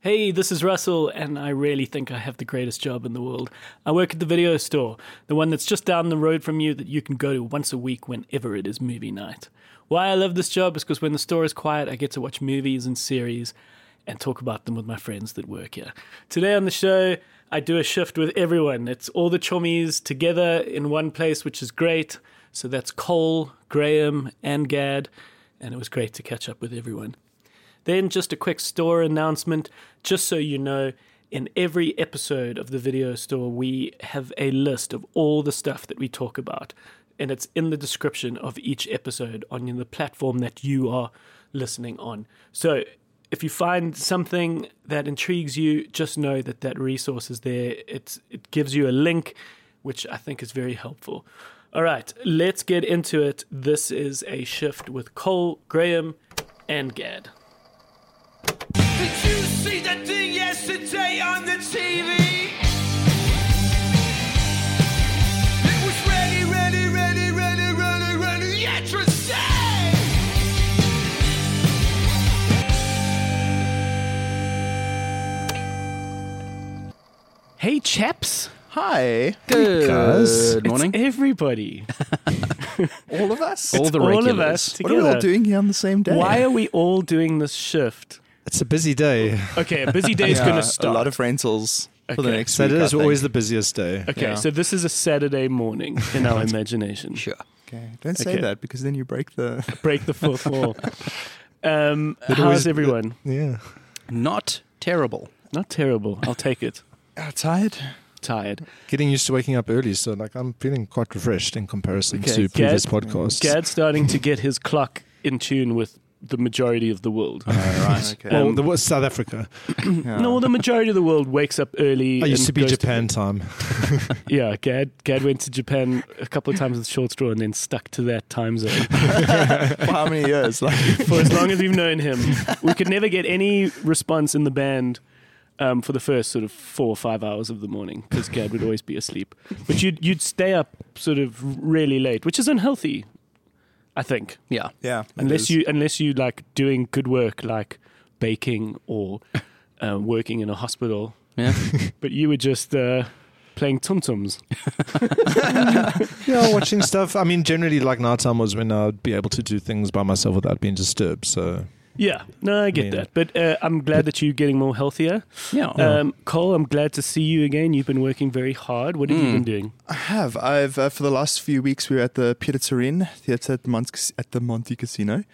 Hey, this is Russell, and I really think I have the greatest job in the world. I work at the video store, the one that's just down the road from you that you can go to once a week whenever it is movie night. Why I love this job is because when the store is quiet, I get to watch movies and series and talk about them with my friends that work here. Today on the show, I do a shift with everyone. It's all the chummies together in one place, which is great. So that's Cole, Graham, and Gad, and it was great to catch up with everyone. Then, just a quick store announcement, just so you know. In every episode of the video store, we have a list of all the stuff that we talk about, and it's in the description of each episode on the platform that you are listening on. So, if you find something that intrigues you, just know that that resource is there. It's, it gives you a link, which I think is very helpful. All right, let's get into it. This is a shift with Cole, Graham, and Gad. Did you see that thing yesterday on the TV? It was ready, ready, ready, ready, ready, ready, yesterday! Hey, chaps. Hi. Good Guys. morning. It's everybody. All of us? all the all regulars. of us what are we all together. doing here on the same day? Why are we all doing this shift? It's a busy day. Okay, a busy day's Yeah, going to start. A lot of rentals for the Okay. next week, Saturday is I think. always the busiest day. okay, yeah. so this is a Saturday morning in our imagination. Sure. Okay. Don't say Okay. that because then you break the. Break the fourth wall. Um, how's always- everyone? Yeah. Not terrible. Not terrible. I'll take it. Ah, tired? Tired. Getting used to waking up early, so like I'm feeling quite refreshed in comparison Okay. to previous Gad- podcasts. Gad's starting to get his clock in tune with the majority of the world. Uh-huh. Right. Okay. Well, Um, there was South Africa. yeah. No, the majority of the world wakes up early. I used and to be goes Japan time. yeah, Gad Gad went to Japan a couple of times with short straw and then stuck to that time zone. For how many years? Like, for as long as we've known him. We could never get any response in the band um, for the first sort of four or five hours of the morning because Gad would always be asleep. But you'd you'd stay up sort of really late, which is unhealthy, I think. Yeah. yeah. it Unless is. you unless you like doing good work like baking or uh, working in a hospital. Yeah. But you were just uh, playing tum tums. yeah, watching stuff. I mean, generally, like nighttime was when I'd be able to do things by myself without being disturbed. So Yeah, no, I get Yeah. that. But uh, I'm glad that you're getting more healthier. Yeah. Uh, Um, Cole, I'm glad to see you again. You've been working very hard. What have you been doing? I have. I've uh, for the last few weeks we were at the Peter Turin Theatre at the, Mons- at the Monte Casino,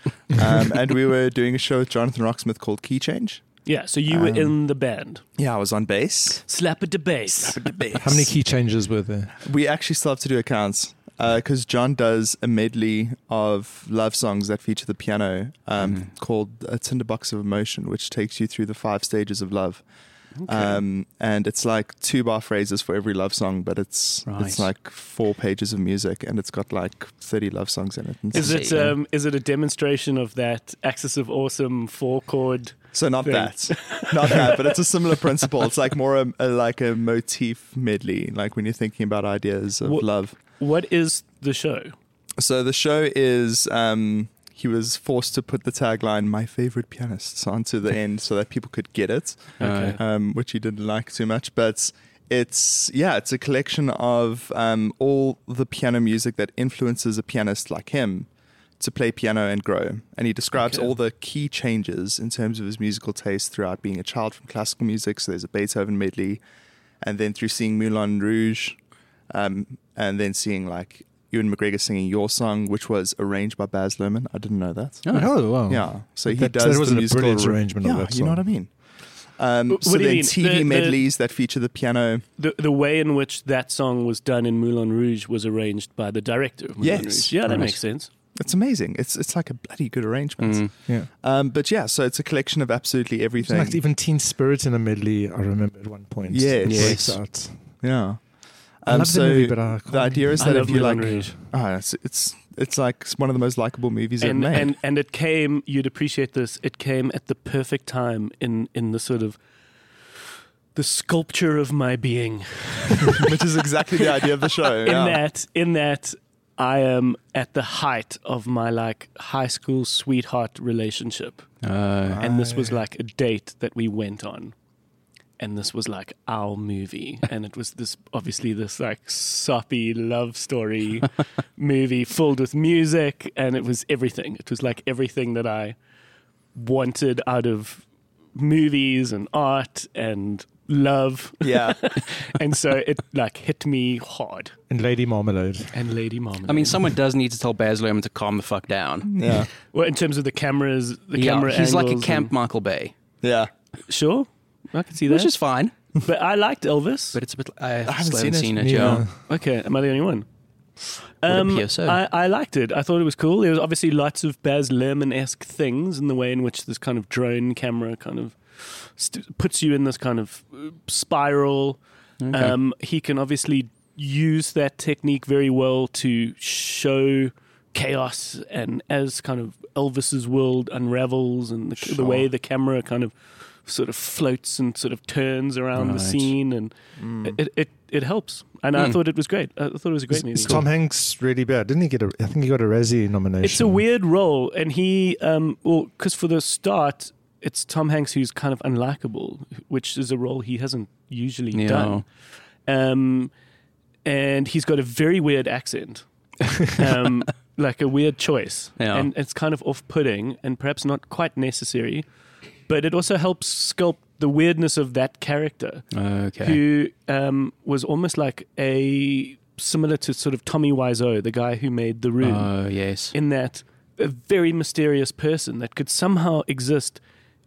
um, and we were doing a show with Jonathan Rocksmith called Key Change. Yeah, so you were Um, in the band. Yeah, I was on bass. Slap a debase. how many key changes were there? We actually still have to do accounts because John does a medley of love songs that feature the piano um, called A Tinderbox of Emotion, which takes you through the five stages of love. Um, and it's like two bar phrases for every love song, but it's Right. it's like four pages of music, and it's got like thirty love songs in it. And Is it Yeah. um, is it a demonstration of that Axis of Awesome four chord? So not thing. that, not that, but it's a similar principle. It's like more a, a, like a motif medley, like when you're thinking about ideas of What- love. What is the show? So the show is um, he was forced to put the tagline "My favorite pianists" onto the end so that people could get it, Uh, Okay. um, which he didn't like too much. But it's yeah, it's a collection of um, all the piano music that influences a pianist like him to play piano and grow. And he describes Okay. all the key changes in terms of his musical taste throughout being a child from classical music. So there's a Beethoven medley, and then through seeing Moulin Rouge, um, and then seeing like Ewan McGregor singing your song, which was arranged by Baz Luhrmann. I didn't know that. Oh. Oh, wow. Yeah, so he That- does. that wasn't the a musical brilliant ar- arrangement of Yeah, that you know what I song. mean. Wh- Um, what so do you then mean? TV The- the- medleys that feature the piano. The the way in which that song was done in Moulin Rouge was arranged by the director of Moulin Yes. Rouge. Yeah, that Right. makes sense. It's amazing. It's it's like a bloody good arrangement. Mm. Yeah. Um, but yeah, so it's a collection of absolutely It's everything. like even Teen Spirit in a medley. I remember at one point. Yes. It breaks Yes. out. yeah. I Um, love so the movie, but I can't the idea is I that love if you Moulin like, Rouge. ah, it's, it's it's like one of the most likable movies and, ever made. and and it came you'd appreciate this it came at the perfect time in in the sort of the sculpture of my being which is exactly the idea of the show. in yeah. that in that i am at the height of my like high school sweetheart relationship Uh, and this was like a date that we went on and this was like our movie, and it was this obviously this like soppy love story movie filled with music, and it was everything. It was like everything that I wanted out of movies and art and love, Yeah. and so it like hit me hard. And Lady Marmalade. And Lady Marmalade. I mean, someone does need to tell Baz Luhrmann to calm the fuck down. Yeah. well, in terms of the cameras, the Yeah, camera he's like a angles camp Michael Bay, Yeah. and- sure, I can see that. which is fine, but I liked Elvis. but it's a bit. uh, I, I haven't haven't seen seen, it. it, Yeah. Joe. Okay, am I the only one? Would Um, appear so. I, I liked it. I thought it was cool. There was obviously lots of Baz Luhrmann esque things in the way in which this kind of drone camera kind of st- puts you in this kind of uh, spiral. Um, he can obviously use that technique very well to show chaos and as kind of Elvis's world unravels and the, the way the camera kind of sort of floats and sort of turns around the Right. scene and it, it it helps. And I Mm. thought it was great. I thought it was a great movie. Is Tom Hanks really bad? Didn't he get a? I think he got a Razzie nomination. It's a weird role, and he, um, well, because for the start, it's Tom Hanks who's kind of unlikable, which is a role he hasn't usually Yeah. done. Um, and he's got a very weird accent, um, like a weird choice, Yeah. and it's kind of off-putting and perhaps not quite necessary, but it also helps sculpt the weirdness of that character Okay. who um, was almost like a similar to sort of Tommy Wiseau, the guy who made The Oh Room, yes. in that a very mysterious person that could somehow exist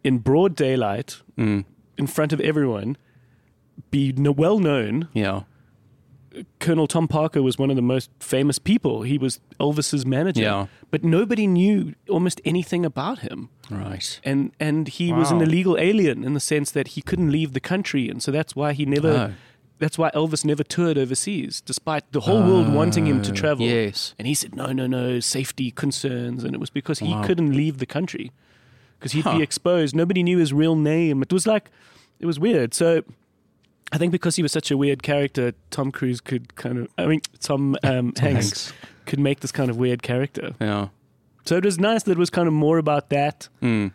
in broad daylight Mm, in front of everyone, be no, well known. yeah. Colonel Tom Parker was one of the most famous people. He was Elvis's manager, Yeah. but nobody knew almost anything about him Right. and and he was an Wow. illegal alien in the sense that he couldn't leave the country, and so that's why he never. Oh. That's why Elvis never toured overseas, despite the whole world wanting him to Oh. travel. Yes. And he said, "No, no, no, safety concerns," and it was because he Wow. couldn't leave the country because he'd Huh. be exposed. Nobody knew his real name. It was like it was weird. So. I think because he was such a weird character, Tom Cruise could kind of, I mean, Tom, um, Hanks, Thanks. could make this kind of weird character. Yeah. So it was nice that it was kind of more about that. Mm.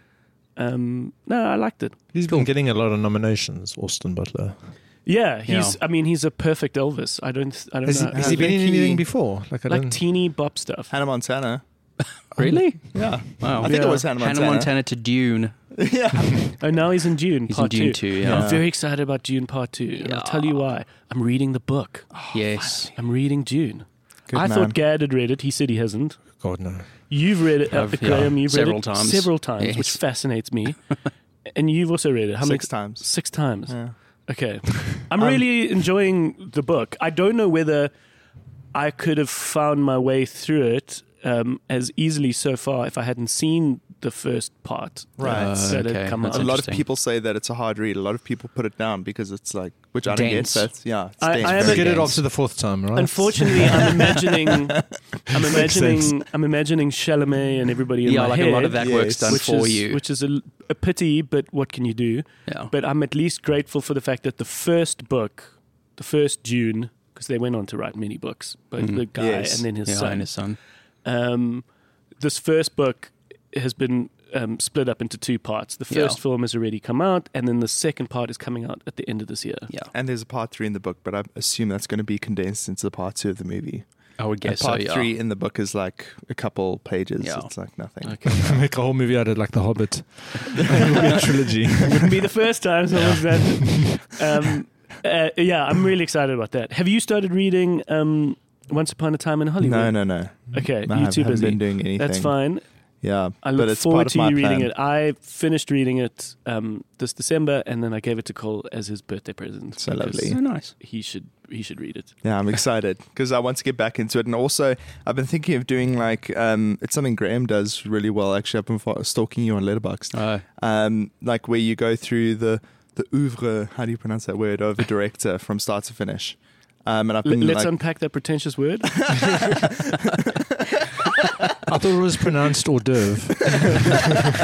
Um, no, I liked it. He's been getting a lot of nominations. Austin Butler. Yeah, he's. I mean, he's a perfect Elvis. I don't. I don't Has he, know. has he I been in think he- anything before? Like I like don't. teeny bop stuff. Hannah Montana. Really? Yeah. Wow. I think it was Hannah Hannah Montana. Montana to Dune. yeah. Oh, now he's in June. He's in part Dune two. two, yeah. I'm very excited about June Part Two. And I'll tell you why. I'm reading the book. Ah, yes. I'm reading June. Good I man. thought Gad had read it. He said he hasn't. God no. You've read it, uh, I've- yeah, Graham. You've several read it times. several times, which Yes. fascinates me. and you've also read it. How many? Six times. Six times. Yeah. Okay. I'm Um, really enjoying the book. I don't know whether I could have found my way through it um, as easily so far if I hadn't seen the first part. uh, Right. that had okay. come That's out. a lot of interesting. people say that it's a hard read. A lot of people put it down because it's like, which I don't Dense. get. That's yeah. It's I- dense. I You haven't- get it games. off to the fourth time, right? Unfortunately, I'm imagining, I'm sense. imagining, I'm imagining Chalamet and everybody in Yeah, my like head, a lot of that Yes. work's done which for is, you. which is a, a pity. But what can you do? yeah. But I'm at least grateful for the fact that the first book, the first June, because they went on to write many books, both Mhm. the guy Yes. and then his yeah, son. and his son. um, this first book has been um, split up into two parts. The first Yeah. film has already come out, and then the second part is coming out at the end of this year. Yeah. And there's a part three in the book, but I assume that's going to be condensed into the part two of the movie. I would And guess part so, yeah. three in the book is like a couple pages. Yeah. It's like nothing. make a whole movie out of it, like The Hobbit. it would be a trilogy. Wouldn't be the first time someone's done. Um, uh, yeah, I'm really excited about that. Have you started reading um, Once Upon a Time in Hollywood? Uh, No, no, no. Okay, No, I you haven't too busy. been doing anything. That's fine. Yeah, I but look it's forward part to of my you reading plan. it. I finished reading it um, this December, and then I gave it to Cole as his birthday present. So because lovely. So nice. He should he should read it. Yeah, I'm excited because I want to get back into it, and also I've been thinking of doing like um, it's something Graham does really well. Actually, I've been fo- stalking you on Letterboxd, Uh, um, like where you go through the the oeuvre. How do you pronounce that word? Of a director from start to finish. Um, and I've L- been let's like, unpack that pretentious word. I thought it was pronounced hors d'oeuvre.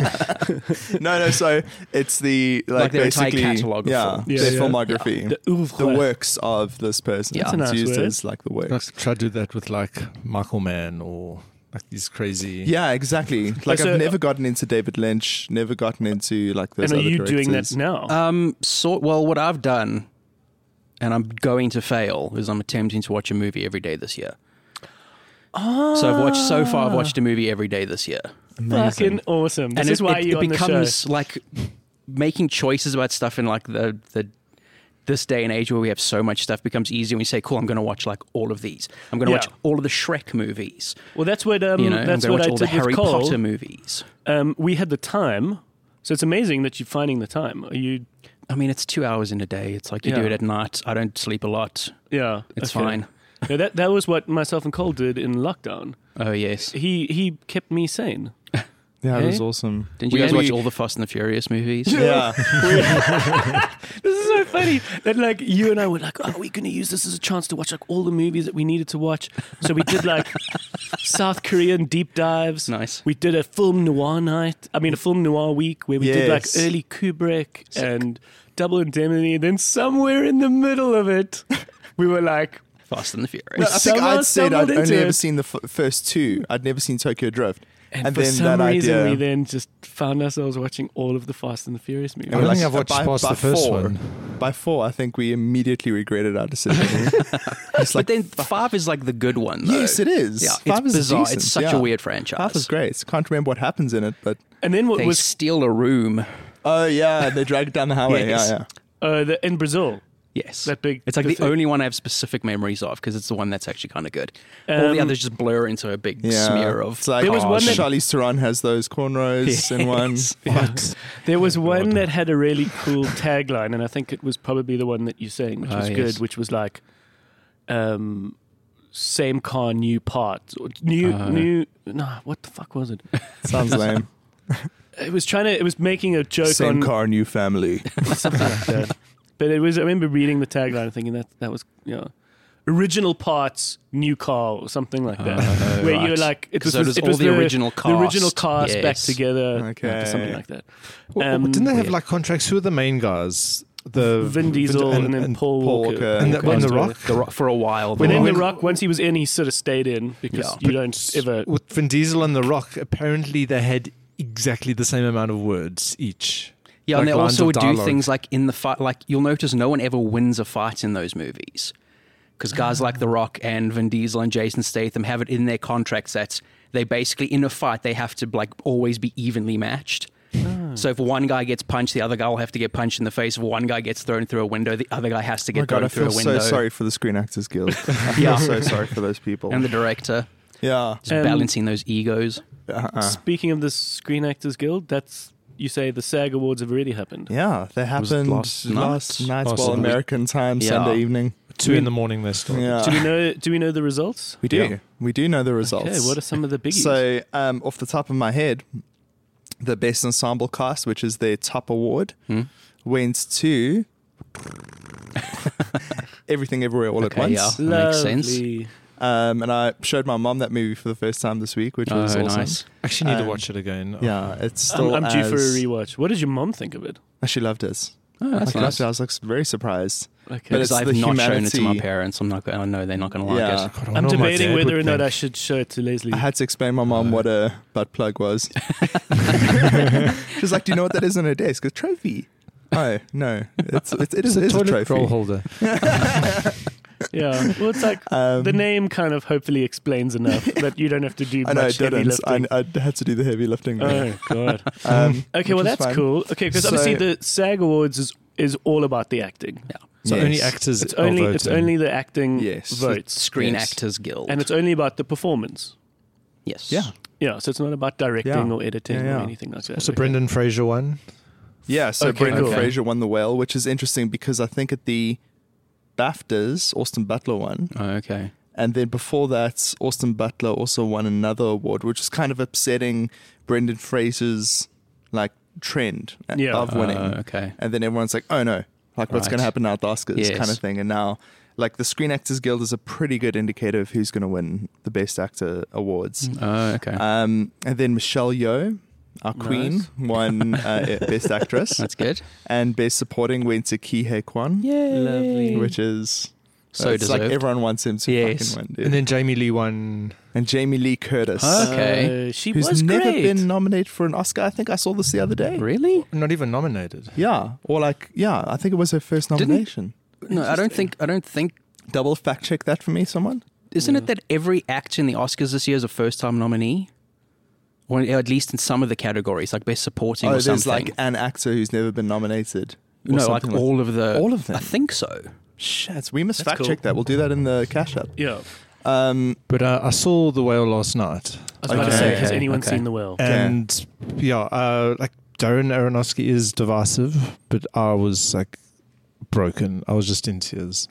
no, no. So it's the like, Like their entire basically catalogue of yeah, films. Yeah, their yeah. filmography, The oeuvre. the works of this person. Yeah. That's a it's nice used word. as like the works. Like, try to do that with like Michael Mann or like these crazy. Yeah, exactly. Like so- I've never gotten into David Lynch, never gotten into like those. And are other you doing that directors. now? Um, so, well, what I've done, and I'm going to fail, is I'm attempting to watch a movie every day this year. So I've watched so far. I've watched a movie every day this year, Fucking awesome. Ah. This and is it, why it, you're it on the becomes show. like making choices about stuff in like the the this day and age where we have so much stuff becomes easier. When you say, "Cool, I'm going to watch like all of these. I'm going to Yeah. watch all of the Shrek movies. Well, that's what um, You know, I'm going that's to what watch I all the did Harry with Cole. Potter movies." Um, we had the time, so it's amazing that you're finding the time. Are you? I mean, it's two hours in a day. It's like you Yeah. do it at night. I don't sleep a lot. Yeah, It's okay. fine. No, that that was what myself and Cole did in lockdown. Oh yes. He he kept me sane. Yeah, it was Eh? awesome. Didn't you We- guys we- watch all the Fast and the Furious movies? Yeah, This is so funny that like you and I were like, oh, we're gonna use this as a chance to watch like all the movies that we needed to watch. So we did like South Korean deep dives. Nice. We did a film noir night. I mean, a film noir week where we did like Yes. early Kubrick and Double Indemnity. Then somewhere in the middle of it, we were like, Fast and the I Furious. think somehow I'd said stumbled I'd into only it. ever seen the f- first two. I'd never seen Tokyo Drift, and, for some that reason, idea. we then just found ourselves watching all of the Fast and the Furious movies. I don't We're think I've watched past the first four, one. By four, I think we immediately regretted our decision. it's but like then five is like the good one. Though. yes, it is. Yeah, Five it's is bizarre. decent, It's such yeah. a weird franchise. Half is great. Can't remember what happens in it, but And then what They was steal a room. oh yeah, they drag it down the highway. Yes. Yeah, yeah. uh, the, in Brazil? Yes, That big- It's like the the, thing. only one I have specific memories of because it's the one that's actually kind of good. All the Um, others just blur into a big Yeah. smear of. It's like oh, There was one that- Charlize Theron has those cornrows in one. Yeah. There was one that had a really cool tagline, and I think it was probably the one that you're saying, which Ah, was yes. good, which was like, um, "Same car, new parts," or new Ah. new. No, what the fuck was it? Sounds lame. It was trying to. It was making a joke Same on car, new family. Oh something like that. But it was. I remember reading the tagline and thinking that that was you know. Original parts, new car, or something like that. Oh, where right. you're like, it was, So it was it all was the original the original cast. cast back Yes. together, Okay. or something like that. Well, Um, didn't they have weird. like contracts? Who are the main guys? The Vin Diesel and, then Paul Paul Walker. Walker. and, the, Walker and the was Rock. The Rock for a while. But then When- The Rock, once he was in, he sort of stayed in because Yeah. you don't ever. With Vin Diesel and The Rock, apparently they had exactly the same amount of words each. yeah, and Like they lines also of would do dialogue. things like in the fight. Like you'll notice, no one ever wins a fight in those movies because guys like The Rock and Vin Diesel and Jason Statham have it in their contracts that they basically in a fight they have to like always be evenly matched. Hmm. So if one guy gets punched, the other guy will have to get punched in the face. If one guy gets thrown through a window, the other guy has to Oh get my god, thrown I through feel a so window. sorry for the Screen Actors Guild. I feel Yeah. so sorry for those people. And the director yeah. just Um, balancing those egos. Uh-uh. Speaking of the Screen Actors Guild, that's you say the SAG Awards have already happened. Yeah, they was happened last last, night. night, Last well, night. American time, Yeah. Sunday evening. Two in the morning, they started. Yeah. Do we know? Do we know the results? We do. Yeah. We do know the results. Okay, what are some of the biggies? So, um, off the top of my head, the Best Ensemble Cast, which is their top award, Hmm? went to Everything Everywhere All Okay, at yeah. Once. that makes sense. Lovely. Um, and I showed my mom that movie for the first time this week, which was Oh, awesome. nice. Actually, need Um, to watch it again. Oh, Yeah, it's I'm, still. I'm due for a as- rewatch. What did your mom think of it? She loved it. Oh, that's Like, nice. I was like, very surprised. Okay. But Because it's I've the not shown it to my humanity- parents. I'm not. go- I know they're not going to like Yeah. it. God, I I'm wonder what my debating dad whether would or not I think. should show it to Leslie. I had to explain my mom what a butt plug was. She's like, "Do you know what that is on her desk? A trophy." Oh no, it's, it's it It's is, a it is a toilet roll trophy. holder. yeah. Well, it's like Um, the name kind of hopefully explains enough that you don't have to do much I know I heavy didn't. I, lifting. I had to do the heavy lifting. there. oh God. Um, Okay, well which that's is fine. cool. Okay, because So- obviously the SAG Awards is is all about the acting. So Yes. only actors. It's only are it's voting. only the acting Yes. votes, Screen Yes. Actors Guild. and it's only about the performance. yes. Yeah, Yeah, so it's not about directing Yeah. or editing Yeah, or yeah. anything like that. Also, Okay. Brendan Fraser won. yeah. So Okay, Brendan cool. Fraser won the whale, which is interesting because I think at the BAFTAs, Austin Butler won, Oh, okay. and then before that, Austin Butler also won another award, which is kind of upsetting Brendan Fraser's like trend uh, Yeah. of winning. Oh, okay. and then everyone's like, "Oh no, like what's Right. going to happen now at the Oscars?" Yes. kind of thing. And now, like the Screen Actors Guild is a pretty good indicator of who's going to win the Best Actor awards. Oh, okay. Um, and then Michelle Yeoh, our queen, Nice. won uh, Best Actress, That's good. and Best Supporting went to Ki Hae Kwan, Yay. Lovely. which is uh, So it's deserved. like everyone wants him to Yes. fucking win, dude. And then Jamie Lee won. And Jamie Lee Curtis, Huh? Okay. Uh, she who's was never great. been nominated for an Oscar. I think I saw this the other day. really? Not even nominated. Yeah, or like yeah, I think it was her first Didn't- nomination. No, I don't think. I don't think. Double fact check that for me, someone. Isn't it that every actor in the Oscars this year is a first-time nominee, or at least in some of the categories, like best supporting Oh, or there's something? like an actor who's never been nominated. or no, like something all of Uh, the. all of them. I think so. Shit, we must That's fact cool. check that. We'll do that in the cash app. Yeah. Um, But uh, I saw The Whale last night. I was about to Okay. say, has Okay. anyone Okay. seen The Whale? And yeah, uh, like Darren Aronofsky is divisive, but I was like broken. I was just in tears.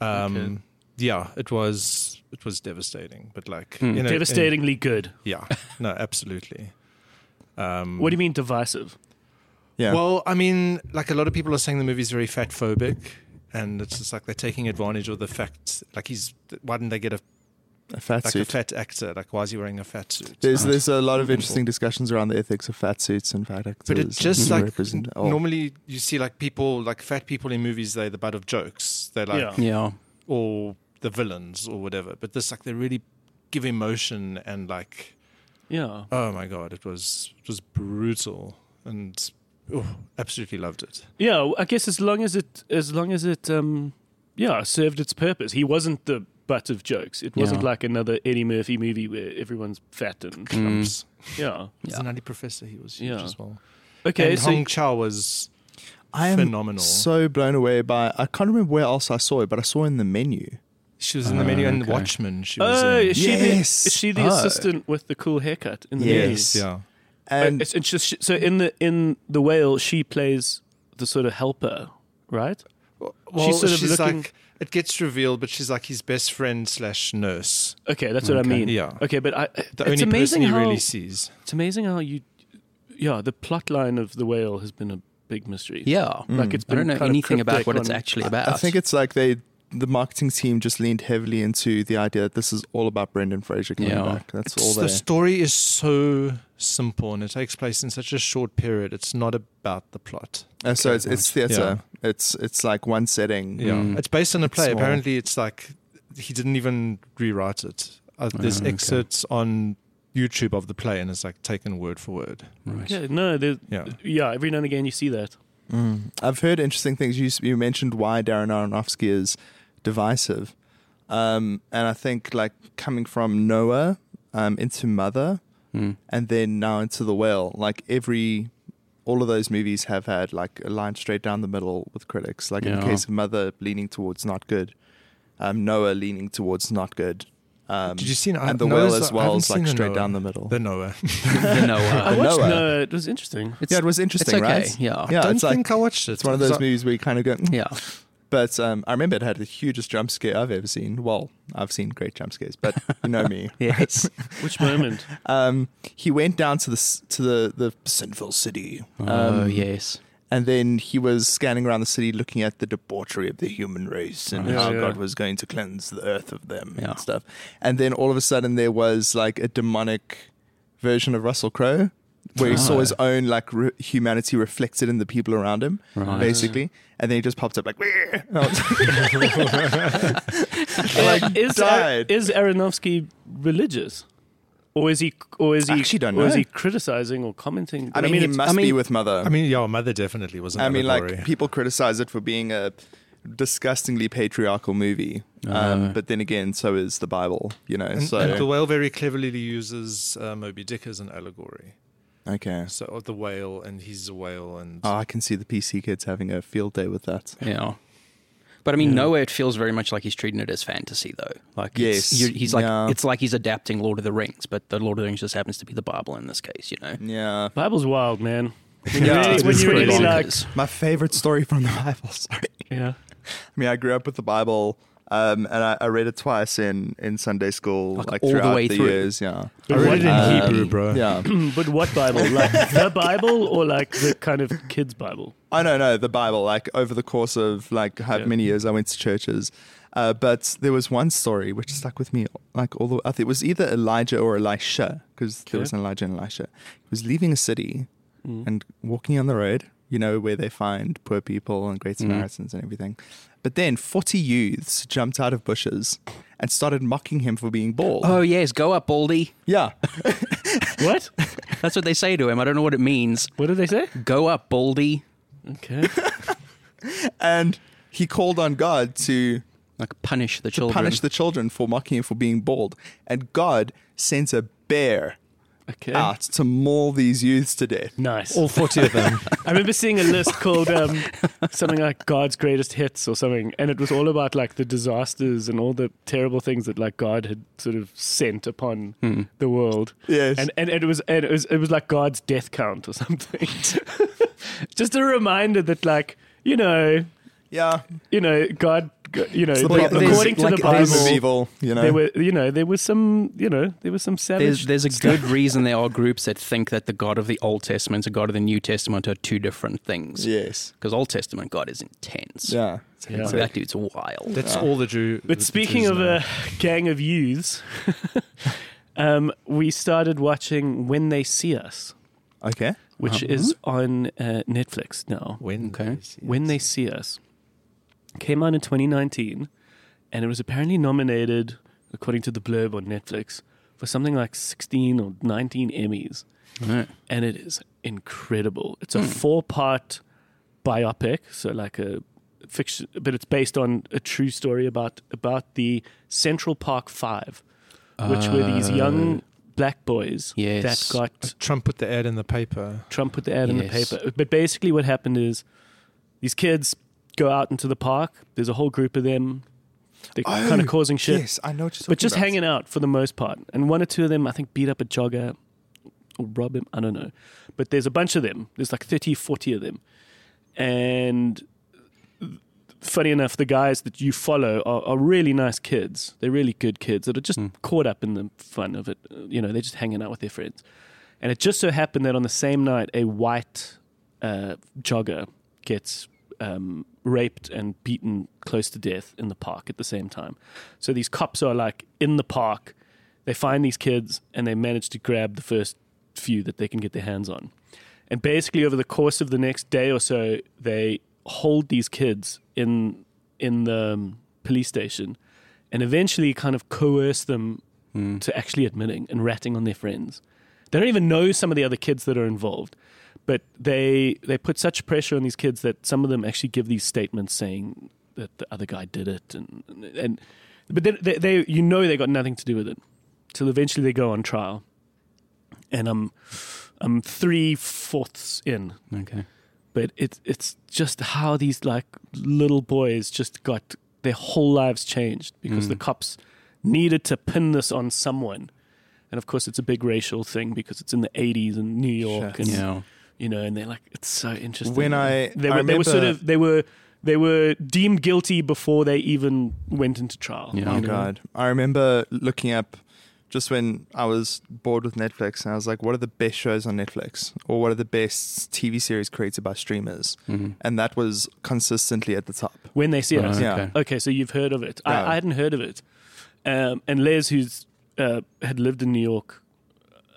Um, Okay. yeah, it was it was devastating, but like Hmm. you know, and- Devastatingly good. yeah, no, absolutely. Um, What do you mean divisive? yeah. Well, I mean, like a lot of people are saying the movie's very fat phobic, and it's just like they're taking advantage of the fact. Like he's, why didn't they get a a fat like a suit. fat actor? Like why is he wearing a fat suit? there's Right. there's a lot of interesting discussions around the ethics of fat suits and fat actors. But it just and like represent- oh, normally you see like people like fat people in movies they're the butt of jokes they're like Yeah. Yeah. or the villains or whatever but this like they really give emotion and like Yeah. oh my god it was it was brutal and oh, absolutely loved it Yeah, I guess as long as it as long as it um yeah, served its purpose. He wasn't the butt of jokes. It wasn't Yeah. like another Eddie Murphy movie where everyone's fat and Clumps. Mm. yeah. He's an nutty professor he was huge Yeah. as well Okay, and so Hong Chow was I am phenomenal. So blown away by I can't remember where else I saw it, but I saw it in the menu. she was in the Oh, menu and okay. Watchmen she was Ah, Oh, in is she, Yes. the, is she the Oh. assistant with the cool haircut in the Yes. movies? yeah And And it's, it's just, so in the in the whale, she plays the sort of helper, right? well, sort of she's looking- like it gets revealed but she's like his best friend slash nurse Okay, that's what I mean. Yeah. Okay, but I, the it's only person amazing he how really sees. it's amazing how you, yeah, the plot line of the whale has been a big mystery. Yeah. Like it's I been don't know kind of anything about cryptic what it's on- actually about. I think it's like they the marketing team just leaned heavily into the idea that this is all about Brendan Fraser coming Yeah. back. That's all It's- they. the story is so simple and it takes place in such a short period. It's not about the plot. Uh, so it's, it's theater. It's it's like one setting. Yeah, Mm. it's based on a play. small. Apparently, it's like he didn't even rewrite it. Uh, there's okay. excerpts on YouTube of the play, and it's like taken word for word. Right. Yeah, no, there- Yeah. yeah. Every now and again, you see that. Mm. I've heard interesting things. You, s- you mentioned why Darren Aronofsky is divisive, um, and I think like coming from Noah um, into Mother, Mm. and then now into The Whale. Like every, all of those movies have had like a line straight down the middle with critics. Like in the Yeah. case of Mother, leaning towards not good, um, Noah leaning towards not good. Um, Did you see? I- and The Noah's- Whale as I well haven't is like seen the straight Noah. down the middle. The Noah. The Noah. I watched Noah. no, it was interesting. It's- yeah, it was It's interesting, okay. right? Yeah. Yeah, I don't it's like think I watched it. it's one of those So- movies where you kind of go. "Mm." Yeah. But um, I remember it had the hugest jump scare I've ever seen. Well, I've seen great jump scares, but you know me. Yes. Which moment? Um, he went down to the s- to the the sinful city, um, oh yes. and then he was scanning around the city, looking at the debauchery of the human race and Nice. how Yeah. God was going to cleanse the earth of them Yeah. and stuff. And then all of a sudden, there was like a demonic version of Russell Crowe. Where he saw his own like re- humanity reflected in the people around him, Right. basically, and then he just popped up like, "Where?" And I was- like, is, Ar- died. is Aronofsky religious, or is he, or is he, I actually don't or is know. he criticizing or commenting? I mean, he it's- must I be mean- with Mother. I mean, yeah, Mother definitely was. An I mean, allegory. like people criticize it for being a disgustingly patriarchal movie, um, Uh. but then again, so is the Bible, you know. And, so and the whale very cleverly uses uh, Moby Dick as an allegory. okay, So of the whale, and he's a whale, and oh, I can see the PC kids having a field day with that. Yeah. But I mean, nowhere it feels very much like he's treating it as fantasy, though. Like, it's- Yes. you- he's like, Yeah. it's like he's adapting Lord of the Rings, but the Lord of the Rings just happens to be the Bible in this case, you know. Yeah, Bible's wild, man. When Yeah, you really, it's when you pretty really like, bonkers. my favorite story from the Bible. Sorry, yeah, I mean, I grew up with the Bible. Um, and I, I read it twice in, in Sunday school, like, Like, all the throughout the, way through. years. Yeah, I read it in Um, Hebrew, bro. yeah. but what Bible? Like the Bible, or like the kind of kids' Bible? I don't know the Bible. Like over the course of like how Yeah. many years I went to churches, uh, but there was one story which stuck with me. Like all the I think it was either Elijah or Elisha because Okay. there was an Elijah and Elisha. He was leaving a city and Mm-hmm. walking on the road. you know, where they find poor people and Mm-hmm. great Samaritans and everything. But then 40 youths jumped out of bushes and started mocking him for being bald. Oh yes, go up, Baldy. yeah. What? That's what they say to him. I don't know what it means. What did they say? Go up, Baldy. Okay. and he called on God to Like punish the children. punish the children for mocking him for being bald. And God sends a bear Okay. out to maul these youths to death. Nice. All 40 of them. I remember seeing a list called um, something like God's greatest hits or something, and it was all about like the disasters and all the terrible things that like God had sort of sent upon Hmm. the world. Yes. and and it was and it was it was like God's death count or something. Just a reminder that like you know Yeah. you know God you know Well, yeah, uh, according there's- to like, the there's- Problem of Bible. evil, you know. There were, you know, there was some, you know, there was some savage. There's, there's a good reason there are groups that think that the God of the Old Testament and God of the New Testament are two different things. yes. Because Old Testament God is intense. Yeah. Yeah. Like, that dude's wild. That's all the Jew. But speaking of uh, a gang of youths, um, we started watching When They See Us, Okay. which is on uh, Netflix now. When? Okay. When They See Us came out in 2019, and it was apparently nominated, according to the blurb on Netflix, for something like 16 or 19 Emmys. Right. And it is incredible. It's a four part biopic, so like a fiction, but it's based on a true story about about the Central Park Five, which were these young black boys Yes. that got Trump put the ad in the paper. Trump put the ad in the Yes. paper. But basically, what happened is these kids go out into the park. There's a whole group of them. They're Oh, kind of causing shit Yes, I know what you're but just talking about. hanging out for the most part. And one or two of them, I think, beat up a jogger or rob him. I don't know. But there's a bunch of them. There's like 30, 40 of them. And funny enough, the guys that you follow are, are really nice kids. They're really good kids that are Hmm. just caught up in the fun of it. You know, they're just hanging out with their friends. And it just so happened that on the same night, a white uh, jogger gets um, raped and beaten close to death in the park at the same time. So these cops are like in the park. They find these kids and they manage to grab the first few that they can get their hands on. And basically, over the course of the next day or so, they hold these kids in in the um, police station, and eventually, kind of coerce them Hmm. to actually admitting and ratting on their friends. They don't even know some of the other kids that are involved, but they they put such pressure on these kids that some of them actually give these statements saying that the other guy did it, and and but they, they, they you know they got nothing to do with it. Till eventually they go on trial, and I'm I'm three fourths in Okay. but it's it's just how these like little boys just got their whole lives changed because Mm. the cops needed to pin this on someone and of course it's a big racial thing because it's in the 80s in new york Sure. and Yeah. you know and they're like it's so interesting When I- they I were, they were sort remember- of they were they were deemed guilty before they even went into trial Yeah. you Oh know? god! I remember looking up just when I was bored with Netflix, and I was like, "What are the best shows on Netflix, or what are the best TV series created by streamers?" Mm-hmm. And that was consistently at the top. when they see us Okay. Yeah. Okay, so you've heard of it. Yeah. I, I hadn't heard of it. Um, and Les, who's uh, had lived in New York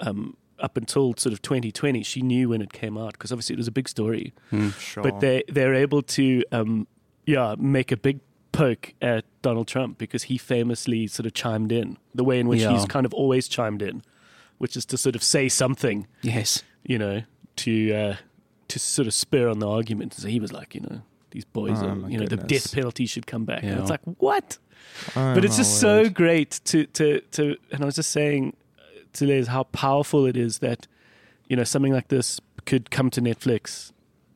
um, up until sort of 2020, she knew when it came out because obviously it was a big story. Mm. Sure. But they they're able to um, yeah make a big poke at Donald Trump because he famously sort of chimed in the way in which Yeah. he's kind of always chimed in, which is to sort of say something Yes. you know, to uh, to sort of spur on the argument. So he was like, you know, these boys, Oh, are, my you know, the goodness. death penalty should come back. And Yeah. it's like, what? Oh, but it's my just word. so great to to to. And I was just saying uh, to Liz how powerful it is that you know something like this could come to Netflix.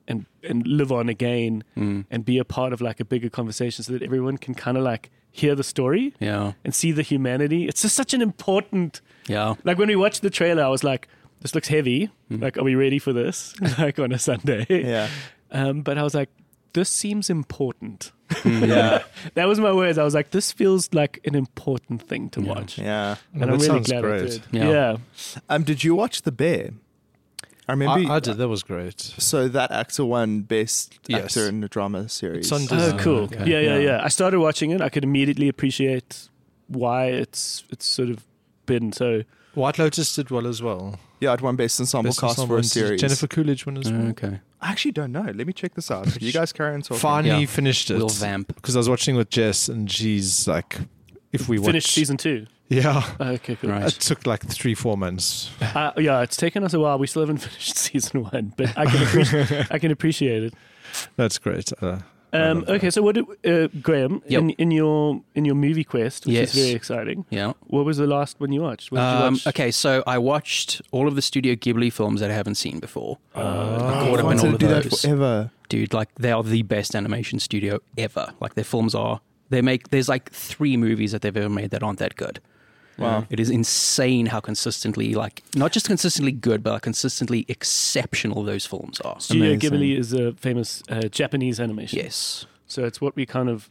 And, and live on again Mm. and be a part of like a bigger conversation so that everyone can kind of like hear the story Yeah. and see the humanity it's just such an important Yeah. Mm. like when we watched the trailer, I was like, "This looks heavy. Like, are we ready for this? like on a Sunday." Yeah. Um, but I was like, "This seems important." Mm. Yeah. That was my words. I was like, "This feels like an important thing to watch," yeah. and I'm Well, that really sounds glad I great. did. Yeah. Um, did you watch The Bear? I remember. I, I did. That was great. So that actor won Best Yes. Actor in a Drama It's Series. on Disney. Oh, Uh, cool. okay. Yeah, yeah, Yeah. yeah. I started watching it. I could immediately appreciate why it's it's sort of been so. White Lotus did well as well. yeah, it won Best Ensemble Best Cast Ensemble for a and series. Jennifer Coolidge won as well. Okay. I actually don't know. Let me check this out. You guys carry on talking. Finally Yeah. finished it. We'll vamp. Because I was watching with Jess, and she's like, if we Finished watch, season two. Oh, yeah, Okay, cool. Right. it took like three, four months. Uh, yeah, it's taken us a while. We still haven't finished season one, but I can appreciate, I can appreciate it. That's great. Uh, I Um, love okay, so what did uh, Graham Yep. in, in your in your movie quest, which Yes. is very exciting. Yeah. What was the last one you watched? What did you Um, watch? okay, so I watched all of the Studio Ghibli films that I haven't seen before. I I caught up in wanted all to of do that those. forever. Dude, like they are the best animation studio ever. Like their films are. They make there's like three movies that they've ever made that aren't that good. Wow. It is insane how consistently, like, not just consistently good, but like consistently exceptional those films are. Studio amazing. Ghibli is a famous uh, Japanese animation. Yes. So it's what we kind of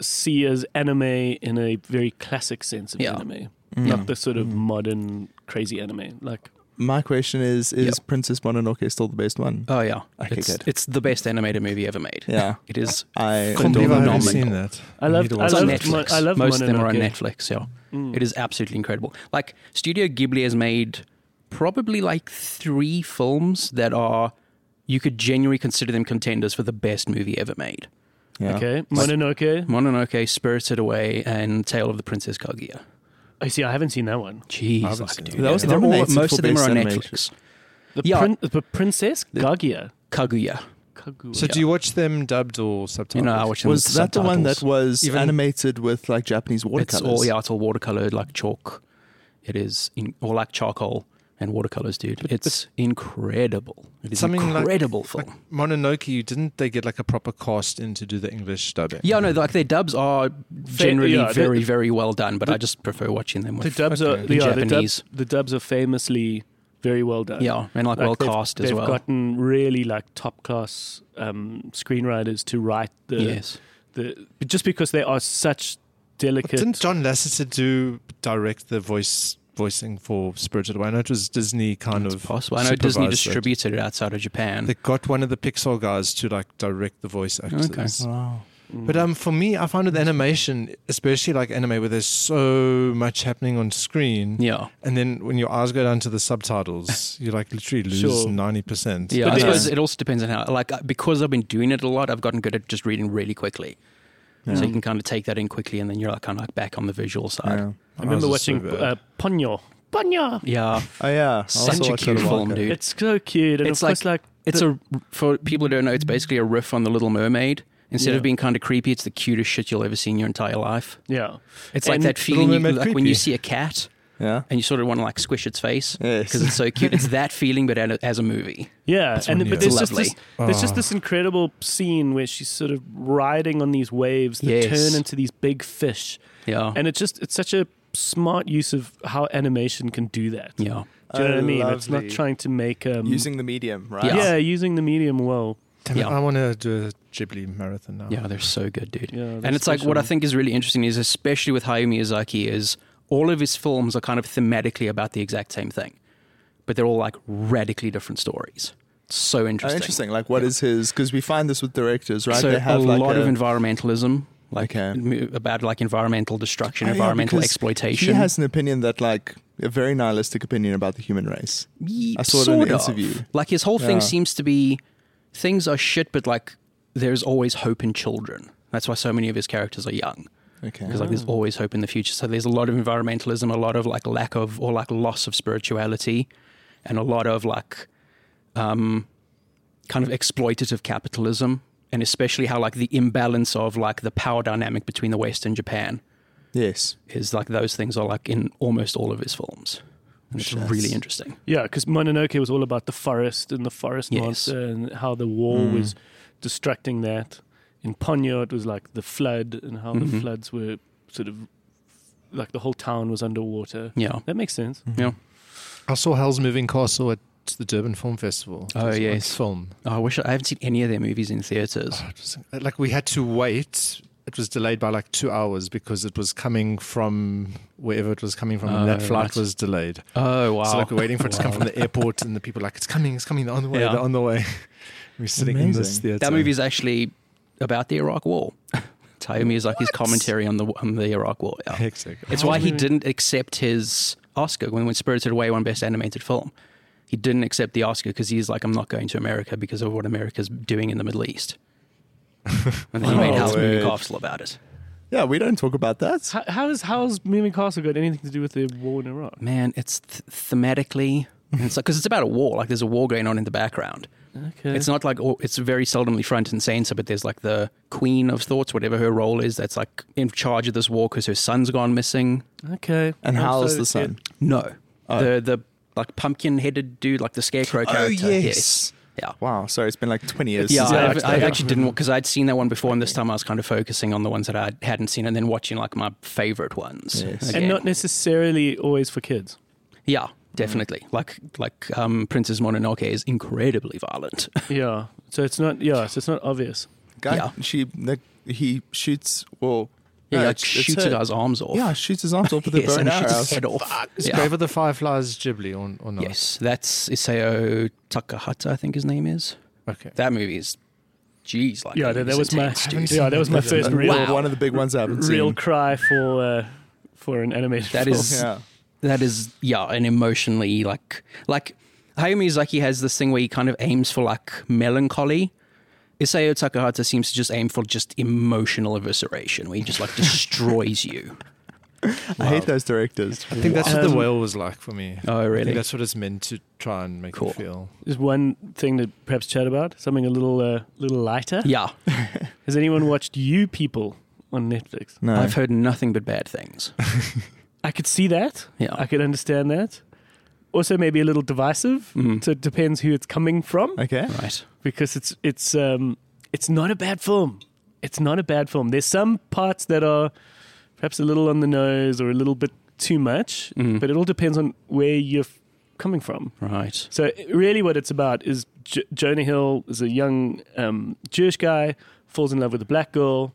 see as anime in a very classic sense of Yeah. Mm. anime, Mm. not the sort of modern crazy anime. Like My question is: Is Yep. Princess Mononoke still the best one? Oh yeah. Okay, it's, good. it's the best animated movie ever made. Yeah. It is. I Couldn't believe I Phenomenal. haven't seen that. I loved- need to I watch It's on that. loved- Mon- Netflix. I love Most of them are on Mononoke. Mm. Netflix. Yeah, it is absolutely incredible. Like Studio Ghibli has made probably like three films that are you could genuinely consider them contenders for the best movie ever made. Yeah. okay, Mononoke. Mononoke, Spirited Away, and Tale of the Princess Kaguya. I see. I haven't seen that one. Jeez, haven't like, seen dude, that. That was they're all- nominated most for of them are Best on Animation. Netflix. The Yeah. prin- the Princess Gagia. Kaguya. Kaguya. So, do you watch them dubbed or You subtitled? know, I watch them Was with that the one that subtitles. was Even- animated with like Japanese It's watercolors? all yeah, it's all watercolor, like chalk. It is in, or like charcoal and watercolors, dude. it's incredible. It is Something like- incredible film. Like Mononoke, didn't they get like a proper cast in to do the English dubbing? yeah, no, like their dubs are generally yeah, they- very, very well done, but I just prefer watching them the with dubs okay. are in yeah, the Japanese. dubs, the dubs are famously very well done. yeah, and like, well they've- cast as they've well. gotten really like top class um, screenwriters to write the yes, the but just because they are such But delicate. Didn't John Lasseter do direct the voice voicing for Spirited Away? I know it was Disney kind it's of possible. I know Disney supervised it. distributed it outside of Japan. They got one of the Pixar guys to like direct the voice actors. Wow. But Mm. um, for me, I find with animation, especially like anime, where there's so much happening on screen, yeah, and then when your eyes go down to the subtitles, you like literally lose Sure. ninety percent. yeah. I it's- suppose it also depends on how. Like I- because I've been doing it a lot, I've gotten good at just reading really quickly. So you can kind of take that in quickly, and then you're like kind of like back on the visual side. Yeah. I Oh, remember Ours is so watching bad. uh, Ponyo. Ponyo. Yeah, Oh yeah, I such also a watched cute that while film, ago. dude. It's, It's so cute, and It's of course, like- like a for people who don't know, it's basically a riff on the Little Mermaid. Instead Yeah. of being kind of creepy, it's the cutest shit you'll ever see in your entire life. yeah. It's like And that feeling you, Mermaid like when you creepy. see a cat Yeah. and you sort of want to like squish its face Yes. because it's so cute. it's that feeling, but at a- as a movie. Yeah, and when you- but there's It's just this, there's Oh. Oh. just this incredible scene where she's sort of riding on these waves that Yes. turn into these big fish, Yeah, and it's just it's such a smart use of how animation can do that. Do yeah. you know Oh, what I mean? It's not lovely. trying to make um, Using the medium, right? yeah. Oh, Yeah. using the medium well. Damn it, Yeah. I want to do a Ghibli marathon now. Yeah, they're so good, dude. Yeah, and they're it's like what I special. think is really interesting is especially with Hayao Miyazaki is all of his films are kind of thematically about the exact same thing, but they're all like radically different stories. So Oh, interesting. interesting. Like, what is his? Because we find this with directors, right? So they have a like lot a, of environmentalism, like Okay. mo- about like environmental destruction, Oh, yeah, environmental because exploitation. He has an opinion that, like, a very nihilistic opinion about the human race. Ye- I saw it in an sort of. interview. Like his whole thing Yeah. seems to be things are shit, but like there's always hope in children. That's why so many of his characters are young. Okay. because like there's always hope in the future. So there's a lot of environmentalism, a lot of like lack of or like loss of spirituality, and a lot of like um, kind of exploitative capitalism, and especially how like the imbalance of like the power dynamic between the West and Japan Yes. is like those things are like in almost all of his films. And it's really interesting. Yeah, because Mononoke was all about the forest and the forest Yes. Mm. monster and how the war was destructing that. In Ponyo, it was like the flood and how the Mhm. floods were sort of like the whole town was underwater. Yeah. That makes sense. Mm-hmm. Yeah. I saw Hell's Moving Castle at the Durban Film Festival. Oh, It was on yes. film. Oh, I wish I, I haven't seen any of their movies in theaters. It was- Like we had to wait. It was delayed by like two hours because it was coming from wherever it was coming from, and that Oh, flight right. was delayed. Oh wow. So like we're waiting for it to come from the airport, and the people are like, "It's coming, it's coming, they're on the way, Yeah. they're on the way." we're sitting in this Amazing. theater. That movie is actually about the Iraq War. Taiyo Miyazaki's commentary on the on the Iraq War. Yeah. hectic. It's why he didn't accept his Oscar when, when Spirited Away won Best Animated Film. He didn't accept the Oscar because he's like, I'm not going to America because of what America's doing in the Middle East. and then he made Oh, House Moving wait. Castle about it. Yeah, we don't talk about that. How, how's how's Moving Castle got anything to do with the war in Iraq? Man, it's th- thematically. and It's like because it's about a war. Like there's a war going on in the background. Okay, It's not like oh, it's very seldomly front and center, but there's like the queen of thoughts, whatever her role is, that's like in charge of this war because her son's gone missing. okay. And I'm how's so the scared. sun? No, Oh. the the like pumpkin headed dude, like the scarecrow character. yeah. Wow. Sorry, it's been like 20 years. Yeah, since Yeah, I, I- I've- I yeah. actually didn't because I'd seen that one before, and this time I was kind of focusing on the ones that I hadn't seen, and then watching like my favorite ones. Yes. And again. not necessarily always for kids. yeah, definitely. Mm. Like like um, Princess Mononoke is incredibly violent. Yeah. So it's not. Yeah. So it's not obvious. guy, yeah. she, like, he shoots. Well, Yeah, no, like it's- it's shoots a her. guy's arms off. Yeah, shoots his arms off with a yes, bow and and arrow. shoots I his was head off. Is Yeah. Grave of the Fireflies Ghibli or, or not? Yes, that's Isao Takahata, I think his name is. Okay. That movie is, jeez, like Yeah. That, that was my. Yeah. That was my first like, real One of the big ones I haven't real seen. cry for uh, for an animated. That film. is- Yeah. that is yeah, an emotionally like like Hayao Miyazaki has this thing where he kind of aims for like melancholy. Isao Takahata seems to just aim for just emotional evisceration, where he just like destroys you. I hate those directors. I think that's what Um, the whale was like for me. Oh, I think really? that's what it's meant to try and make Cool. you feel. There's one thing to perhaps chat about. Something a little uh, little lighter. Yeah, Has anyone watched You People on Netflix? No. I've heard nothing but bad things. I could see that. Yeah. I could understand that. Also, maybe a little divisive. Mhm. So it depends who it's coming from. okay. Right. because it's it's um it's not a bad film. It's not a bad film. There's some parts that are perhaps a little on the nose or a little bit too much, Mhm. but it all depends on where you're f- coming from. Right. So it- really, what it's about is J- Jonah Hill is a young um, Jewish guy falls in love with a black girl,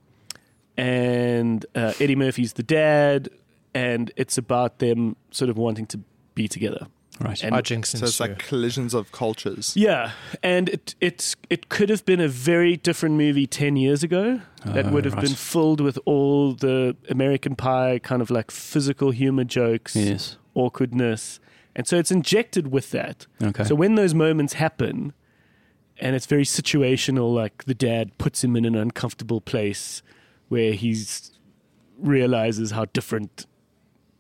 and uh, Eddie Murphy's the dad, and it's about them sort of wanting to be together. Right. And- I jinx So it's like collisions of cultures. Yeah, and it it's it could have been a very different movie ten years ago that Oh, would have right. been filled with all the American Pie kind of like physical humor jokes, yes. awkwardness, and so it's injected with that. Okay. So when those moments happen, and it's very situational, like the dad puts him in an uncomfortable place where he's realizes how different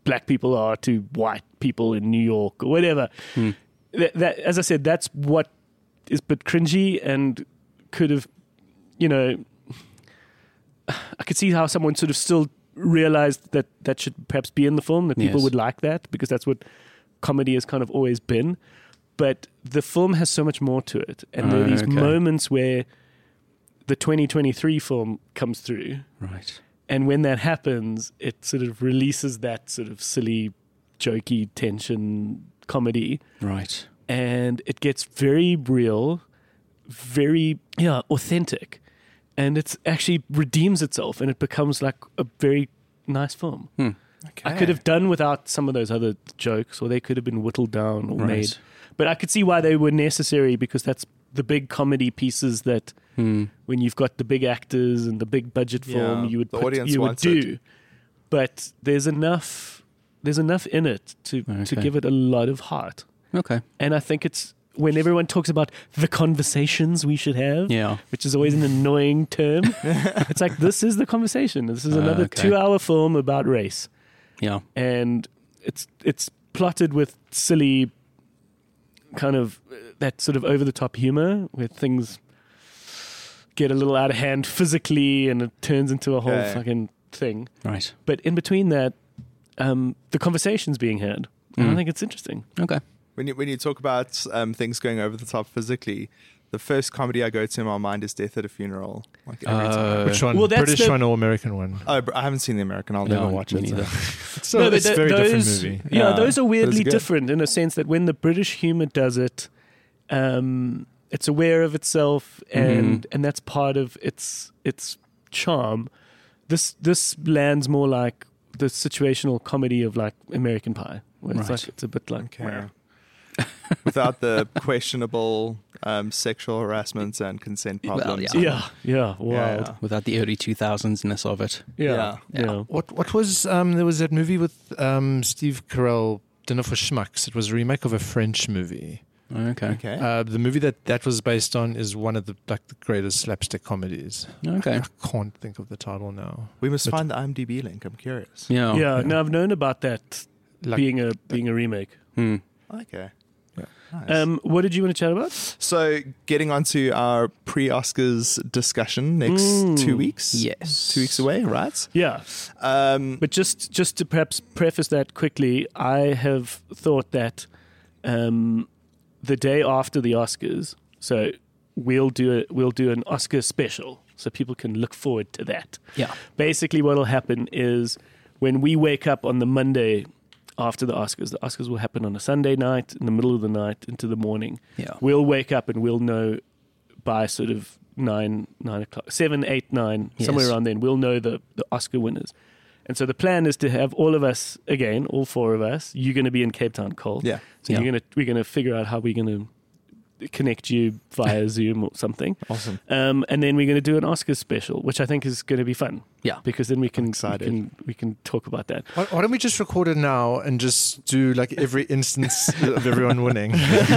black people are to white people in New York or whatever. Hmm. That, that, as I said, that's what is but cringy and could have, you know, I could see how someone sort of still realized that that should perhaps be in the film that people Yes. would like that because that's what comedy has kind of always been. But the film has so much more to it, and there are these Okay. moments where the 2023 film comes through right. and when that happens, it sort of releases that sort of silly, jokey tension comedy, Right. and it gets very real, very yeah, authentic, and it's actually redeems itself, and it becomes like a very nice film. Hmm. I could have done without some of those other jokes, or they could have been whittled down or made. But I could see why they were necessary because that's the big comedy pieces that Hmm. when you've got the big actors and the big budget film Yeah, you would the put, audience you would wants do. But there's enough there's enough in it to to Okay. give it a lot of heart. Okay. And I think it's when everyone talks about the conversations we should have, Yeah. which is always an annoying term, it's like this is the conversation. This is Uh, another okay. two-hour film about race, Yeah. and it's it's plotted with silly, kind of uh, that sort of over-the-top humor where things get a little out of hand physically, and it turns into a whole Yeah. fucking thing. Right. But in between that, um, the conversation's being had, and Mm-hmm. I Mm. think it's interesting. Okay. When you, when you talk about um, things going over the top physically, the first comedy I go to in my mind is Death at a Funeral. Like every time. Uh, Which one? Well, that's British the- Uh, one or American one? Oh, but I haven't seen the American. I'll never no, watch me it. so- neither. So but it's a th- very those- different movie. Yeah, Yeah, those are weirdly good. different in a sense that when the British humor does it, um, it's aware of itself and and that's part of its its charm. This this lands more like the situational comedy of like American Pie. Where it's Right. like it's a bit like Okay. Without the questionable um, sexual harassment and consent Well, problems. yeah. Yeah, yeah, Yeah, wild. Without the early 2000s-ness of it. Yeah. Yeah. yeah. What what was um there was that movie with um Steve Carell Dinner for Schmucks. It was a remake of a French movie. Okay. Okay. Okay. Uh, the movie that that was based on is one of the like the greatest slapstick comedies. Okay. I can't think of the title now. we must find the IMDb link. I'm curious. Yeah. yeah, no, I've known about that Like, being a being a remake. Hmm. Okay. Yeah. Nice. Um, what did you want to chat about? so, getting on to our pre Oscars discussion next Mm. two weeks. Yes. Two weeks away, right? Yeah, Um, but just just to perhaps preface that quickly, I have thought that um, the day after the Oscars, so we'll do a, we'll do an Oscar special, so people can look forward to that. Yeah. basically what will happen is when we wake up on the monday after the oscars the oscars will happen on a sunday night in the middle of the night into the morning Yeah. we'll wake up and we'll know by sort of nine nine o'clock seven eight nine somewhere Yes. around then we'll know the, the oscar winners and so the plan is to have all of us again all four of us you're going to be in cape town Cole. yeah. so Yeah. you're going to we're going to figure out how we're going to connect you via zoom or something Awesome. um, and then we're going to do an Oscars special, which I think is going to be fun. Yeah. because then we can, we excited. can we can talk about that. Why, why don't we just record it now and just do like every instance of everyone winning?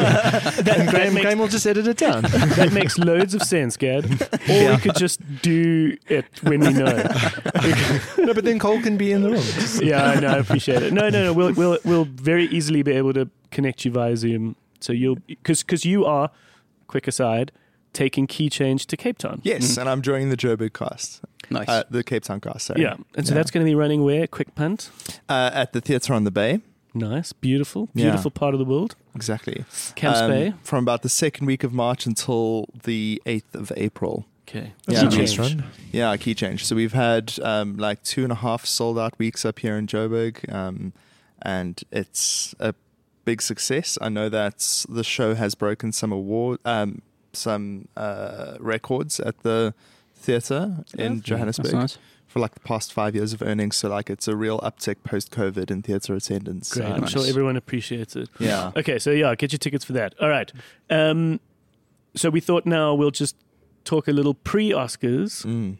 and Graham, makes- Graham will just edit it down. That makes loads of sense, Gad. Or we could just do it when we know. no, but then Cole can be in the room. yeah, I know. I appreciate it. No, no, no. We'll we'll we'll very easily be able to connect you via Zoom. So you'll because because you are quick aside taking key change to Cape Town. Yes, and I'm joining the Joburg cast, Mm-hmm. Nice. uh, the Cape Town cast, sorry. Yeah, and so Yeah. that's going to be running where quick punt. Uh, at the Theatre on the Bay. Nice, beautiful, Yeah. beautiful part of the world. Exactly. Camps Um, Bay. From about the second week of March until the 8th of April. Okay. That's Yeah, Key a nice change. run. Yeah, key change. So we've had um, like two and a half sold out weeks up here in Joburg, um, and it's a big success. I know that the show has broken some award, um, some uh, records at the theatre in Johannesburg That's nice. for like the past five years of earnings. So like it's a real uptick post COVID in theatre attendance. Great. Um, I'm sure nice. everyone appreciates it. yeah. Okay, so yeah, get your tickets for that. All right. Um, so we thought now we'll just talk a little pre Oscars Mm.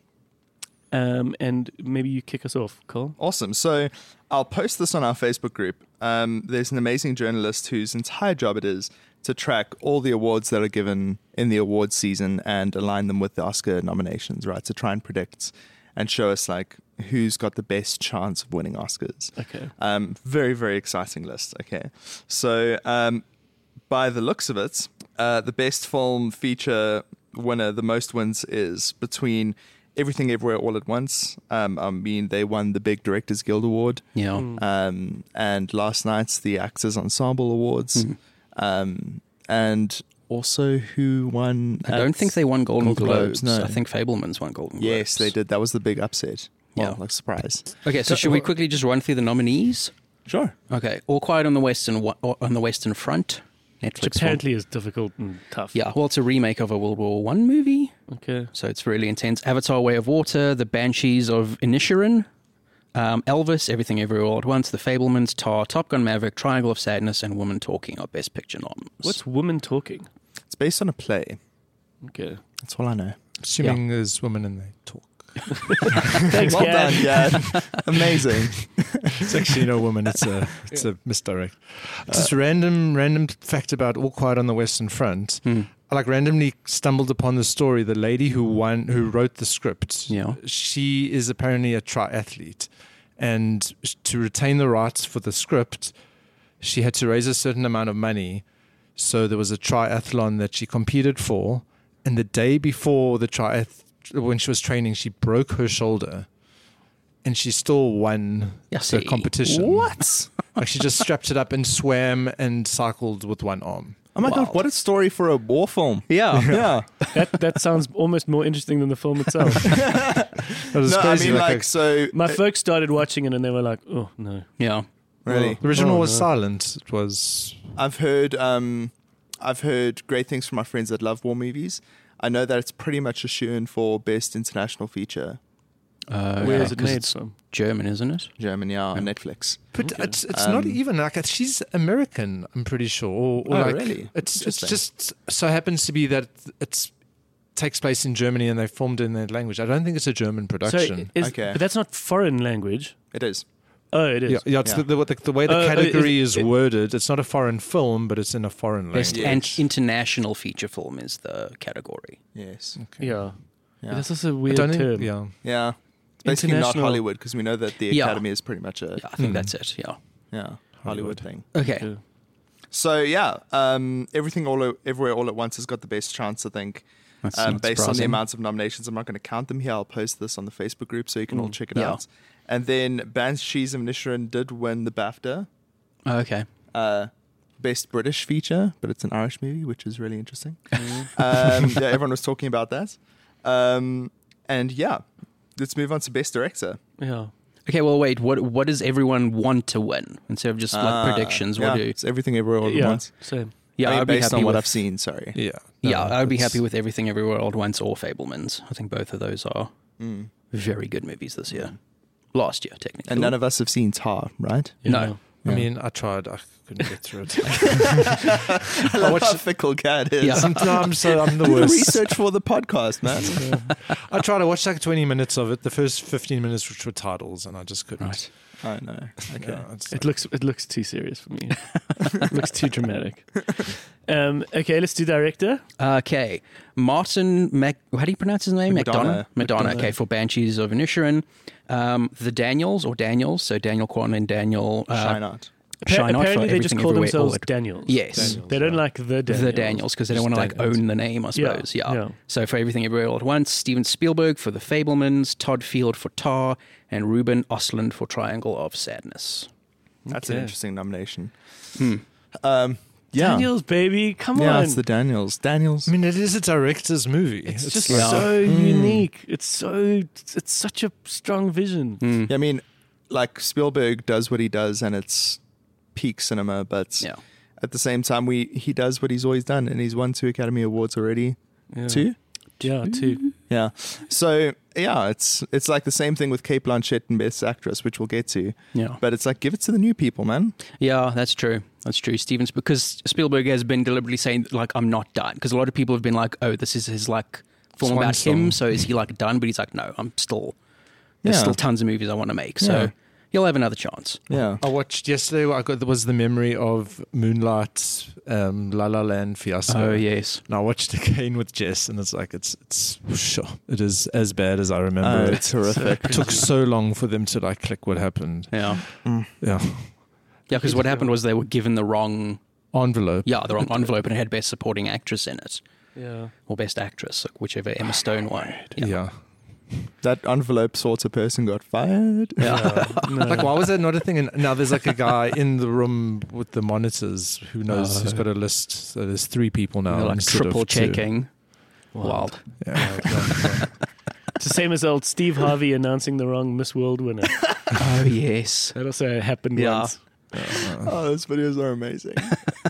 um, and maybe you kick us off, Cole. Awesome. So I'll post this on our Facebook group. Um, there's an amazing journalist whose entire job it is to track all the awards that are given in the awards season and align them with the Oscar nominations, right? To try and predict and show us like who's got the best chance of winning Oscars. Okay. Um, very, very exciting list. Okay. So, um, by the looks of it, uh, the best film feature winner, the most wins, is between Everything Everywhere All at Once. Um, I mean, they won the Big Directors Guild Award. Yeah. Mm. Um, and last night's the Actors Ensemble Awards. Hmm. Um, and also, who won? I don't at- think they won Golden Golden Globes. Globes, no. I think Fableman's won Golden Globes. Yes, they did. That was the big upset. Well, Yeah. like surprise. Okay, so should we quickly just run through the nominees? Sure. Okay, All Quiet on the Western Wa- on the Western Front, Netflix. Which film. apparently is difficult and tough. yeah, well, it's a remake of a World War One movie, Okay. so it's really intense. Avatar: Way of Water, The Banshees of Inisherin, um, Elvis, Everything Everywhere All at Once, The Fablemans, Tar, Top Gun: Maverick, Triangle of Sadness, and Woman Talking are Best Picture noms. What's Woman Talking? It's based on a play. Okay. That's all I know. Assuming there's women and they talk. Thanks, well Gad. done, Gad. Amazing. It's actually no woman. It's a it's a misdirect. Just random random fact about All Quiet on the Western Front. Hmm, I like randomly stumbled upon the story. The lady who won, who wrote the script, Yeah. she is apparently a triathlete, and sh- to retain the rights for the script, she had to raise a certain amount of money. So there was a triathlon that she competed for, and the day before the triath, when she was training, she broke her shoulder, and she still won Yeah, the see. competition. What? Like she just strapped it up and swam and cycled with one arm. Oh my god, what a story for a war film. Yeah. Yeah. That, that sounds almost more interesting than the film itself. It was no, crazy. I mean like, a- so My folks started watching it and they were like, oh, no. yeah. really. the original Oh, was no. silent. It was I've heard um I've heard great things from my friends that love war movies. I know that it's pretty much a shoe in for best international feature. Uh, Where yeah, is it 'cause made it's from? German, isn't it? Germany yeah, on Netflix. But Okay. it's it's not Um, even like she's American. I'm pretty sure. Or, or Oh, like, really? It's it's Interesting. just so happens to be that it's takes place in Germany and they filmed it in that language. I don't think it's a German So production. is, Okay. But that's not foreign language. It is. Oh, it is. Yeah, yeah, it's Yeah. The, the, the, the way the Uh, uh, is category it- is, it- worded. It's not a foreign film, but it's in a foreign Best language. and international feature film is the category. Yes. Yeah. Yeah. This is a I weird don't term. think, yeah. Yeah. It's basically not International- Hollywood because we know that the Yeah. Academy is pretty much a Yeah, I think Hmm. that's it. Yeah. yeah, Hollywood thing. Okay. Yeah. So yeah, um, everything all o- everywhere all at once has got the best chance. I think, That's um, not based on the surprising. amounts of nominations. I'm not going to count them here. I'll post this on the Facebook group so you can all check it Mm, Yeah. out. And then Banshees of Inisherin did win the BAFTA Oh, Okay. uh, best British feature, but it's an Irish movie, which is really interesting. Mm-hmm. um, yeah, everyone was talking about that. Um, and yeah, let's move on to best director. Yeah. Okay. Well, wait. What What does everyone want to win instead of just like Uh, predictions? yeah, What do you? it's everything everywhere all at Yeah. once. Same. Yeah, I mean, I'd be based happy on what with, I've seen. Uh, Sorry. Yeah. Yeah, No, I would be it's- happy with everything everywhere all at once or Fablemans. I think both of those are Mm. very good movies this year. Last year, technically. And none of us have seen Tar, right? No. I Yeah. mean, I tried. I couldn't get through it. I love watched how the- fickle Cat is. Yeah. Sometimes uh, I'm the Do the worst. research for the podcast, man. I tried. I watched like 20 minutes of it. The first 15 minutes, which were titles, and I just couldn't. Right. I know. Okay. Yeah, it's It looks it looks too serious for me. it looks too dramatic. Um, okay, let's do director. Okay. Martin, Mac- how do you pronounce his name? McDonough. McDonough. Madonna. McDonough. Okay, for Banshees of Inisherin. Um, the Daniels or Daniels. So Daniel Kwan and Daniel uh, Shine out. Appa- Shine Out for apparently, they just Everything call Everywhere All themselves at- Daniels. Yes. Daniels, They don't yeah. like the Daniels. The Daniels because they don't Just want to like Daniels. own the name, I Yeah, suppose. Yeah. yeah. So for everything everywhere all at once, Steven Spielberg for The Fablemans, Todd Field for Tar, and Ruben Ostlund for Triangle of Sadness. That's an Okay. interesting nomination. Um, yeah. Daniels, baby, come yeah, on! it's the Daniels. Daniels. I mean, it is a director's movie. It's It's just like- Yeah. so unique. It's so it's such a strong vision. Yeah, I mean, like Spielberg does what he does, and it's peak cinema. But Yeah. at the same time, we he does what he's always done, and he's won two Academy Awards already. Yeah. Two. Yeah, two. Yeah. So yeah, it's it's like the same thing with Kate Blanchett and Best Actress, which we'll get to. Yeah. But it's like give it to the new people, man. Yeah, that's true. That's true. Stevens, because Spielberg has been deliberately saying like I'm not done because a lot of people have been like, oh, this is his like film Swan about song. him. So is he like done? But he's like, no, I'm still. There's Yeah. still tons of movies I want to make. So Yeah. he'll have another chance. Yeah. I watched yesterday. I got there was the memory of Moonlight, um, La La Land fiasco. Oh yes. And I watched again with Jess, and it's like it's it's sure it is as bad as I Oh, remember. it terrific. took so long for them to like click what happened. Yeah. Mm. Yeah, Yeah, because what happened was they were given the wrong, envelope. yeah, the wrong envelope, and it had best supporting actress in it Yeah. or best actress, like whichever Oh, Emma Stone won. Yeah. that envelope sort of person got fired. Like, why was that not a thing? And now there's like a guy in the room with the monitors who knows who's got a list. So there's three people now. Uh. They're, like instead of triple two. checking. Wild. Yeah. It's the same as old Steve Harvey announcing the wrong Miss World winner. Oh yes. That also happened Yeah. once. Oh, those videos are amazing.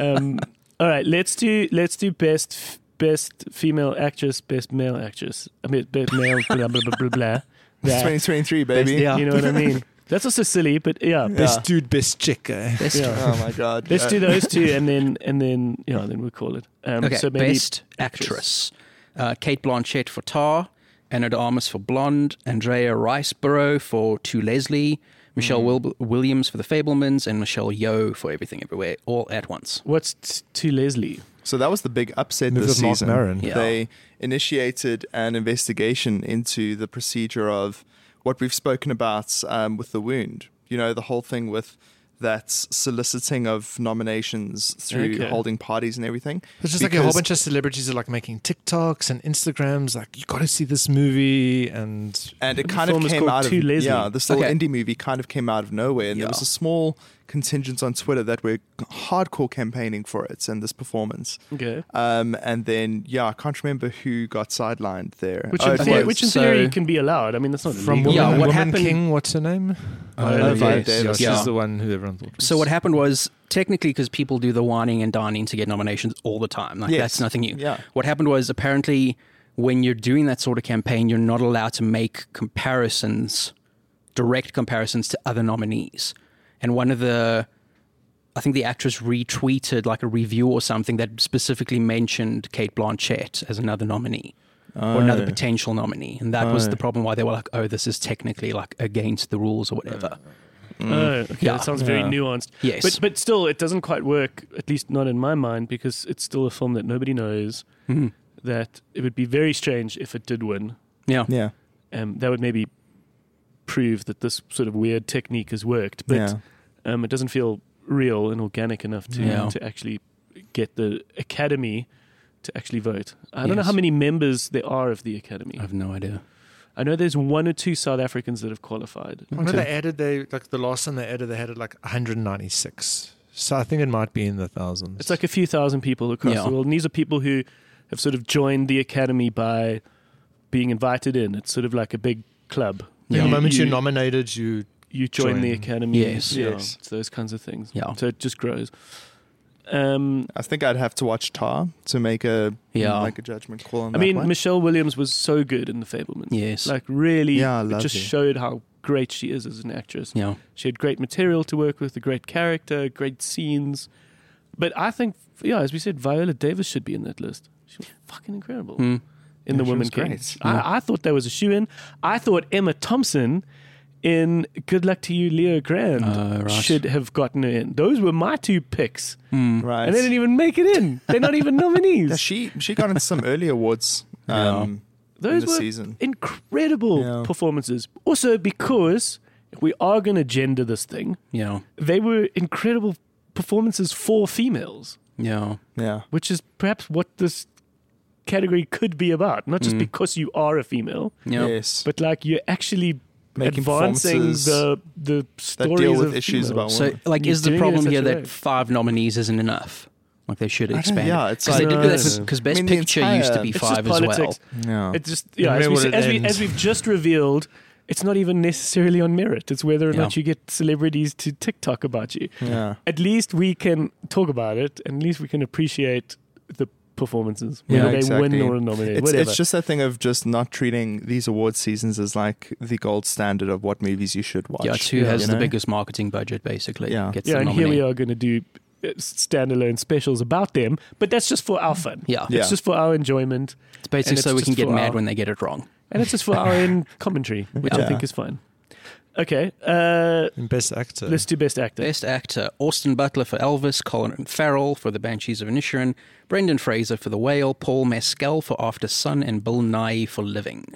Um, all right, let's do let's do best f- best female actress, best male actress. I mean, best male blah blah blah blah blah. It's That. 2023, Best- baby. You know what I mean? That's also silly, but yeah. Yeah. Best dude, best chick. Eh? Best, yeah. Oh my god. Let's Yeah. do those two, and then and then yeah, then we'll call it. Um, Okay, so maybe best actress. Uh, Kate Blanchett for Tar, Anna de Armas for Blonde, Andrea Riceborough for To Leslie, Michelle Mm. Wil- Williams for The Fablemans, and Michelle Yeoh for Everything Everywhere All at Once. what's t- to Leslie? So that was the big upset Move this of Mark season. Maron. Yeah. They initiated an investigation into the procedure of what we've spoken about um, with the wound. You know, the whole thing with that soliciting of nominations through Okay. holding parties and everything. It's just like a whole Because- bunch of celebrities are like making TikToks and Instagrams. Like, you got to see this movie, and and it The kind of film is came called out of Too Lazy. yeah this little Okay. indie movie kind of came out of nowhere and there Yeah. was a small contingent on twitter that were hardcore campaigning for it and this performance Okay. um, and then yeah i can't remember who got sidelined there Which, Oh, in it theory, was- which in So- theory can be allowed. I mean, that's not from illegal. Woman, Yeah, what Woman happened- King, what's her name? Uh, Oh, Viola yes, Davis. Yeah, Yeah. she's the one who everyone thought. Was. So what happened was technically because people do the whining and dining to get nominations all the time. Like Yes. that's nothing new. Yeah. What happened was apparently when you're doing that sort of campaign, you're not allowed to make comparisons, direct comparisons to other nominees. And one of the I think the actress retweeted like a review or something that specifically mentioned Kate Blanchett as another nominee Oh, or another "Oh, Uh. potential nominee. And that was the problem why they were like, oh, this is technically like against the rules or whatever. Mm. Oh, okay. Yeah. That sounds very Yeah. nuanced. Yes. But but still, it doesn't quite work. At least not in my mind, because it's still a film that nobody knows. Mhm. That it would be very strange if it did win. Yeah. Yeah. Um, that would maybe prove that this sort of weird technique has worked. But yeah. um, it doesn't feel real and organic enough to Yeah. to actually get the academy to actually vote. I don't know Yes. how many members there are of the academy. I have no idea. I know there's one or two South Africans that have qualified. When they added, they like the last time they added, they had it like 196. So I think it might be in the thousands. It's like a few thousand people across Yeah. the world, and these are people who have sort of joined the academy by being invited in. It's sort of like a big club. Yeah. the You- moment you, you, nominated, you you join, join. the academy. Yes. yeah, Yes. It's those kinds of things. Yeah. So it just grows. Um, I think I'd have to watch Tar to make a Yeah. make a judgment call on I that mean, one. Michelle Williams was so good in The Fablemans. Yes. Like, really, Yeah, I it love just her. showed how great she is as an actress. Yeah. She had great material to work with, a great character, great scenes. But I think, yeah, as we said, Viola Davis should be in that list. She was fucking incredible Mm. in The Yeah, she Woman was King. great. I, I thought that was a shoe in. I thought Emma Thompson in Good Luck to You, Leo Grand Oh, Uh, right. should have gotten her in. Those were my two picks. Mm. right? And they didn't even make it in. They're not even nominees. Yeah, she she got into some early awards um, in Those the were season. incredible Yeah. performances. Also, because if we are going to gender this thing, Yeah. they were incredible performances for females, Yeah. Yeah, which is perhaps what this category could be about. Not Mm. just because you are a female, Yeah. yes, but like you're actually Making advancing performances the the that stories deal with of issues females. about So, women. like, You're is the doing it problem in here such a that way. five nominees isn't enough? Like, they should don't- expand. yeah, it's because like- No, no, no. because best I mean, the picture entire- used to be It's just five as well. politics. yeah, It's just yeah, as, Remember we, when said- it as, we, ends. as we've just revealed, it's not even necessarily on merit. It's whether or Yeah. not you get celebrities to TikTok about you. yeah. At least we can talk about it, and at least we can appreciate the performances, Yeah, whether they exactly. win or are nominated. It's, whatever. it's just that thing of just not treating these award seasons as like the gold standard of what movies you should watch. Yeah, it's who you has the know? biggest marketing budget, basically. Yeah. Gets yeah, the and here we nominee. are going to do uh, standalone specials about them, but that's just for our fun. Yeah. Mm. Yeah. It's just for our enjoyment, It's basically And it's so we just can get for mad our- when they get it wrong. and it's just for our own commentary, which I Yeah. think is fine. Okay, uh, in best actor. let's do best actor. Eh. Best actor Austin Butler for Elvis, Colin Farrell for The Banshees of Inisherin, Brendan Fraser for The Whale, Paul Mescal for After Sun, and Bill Nye for Living.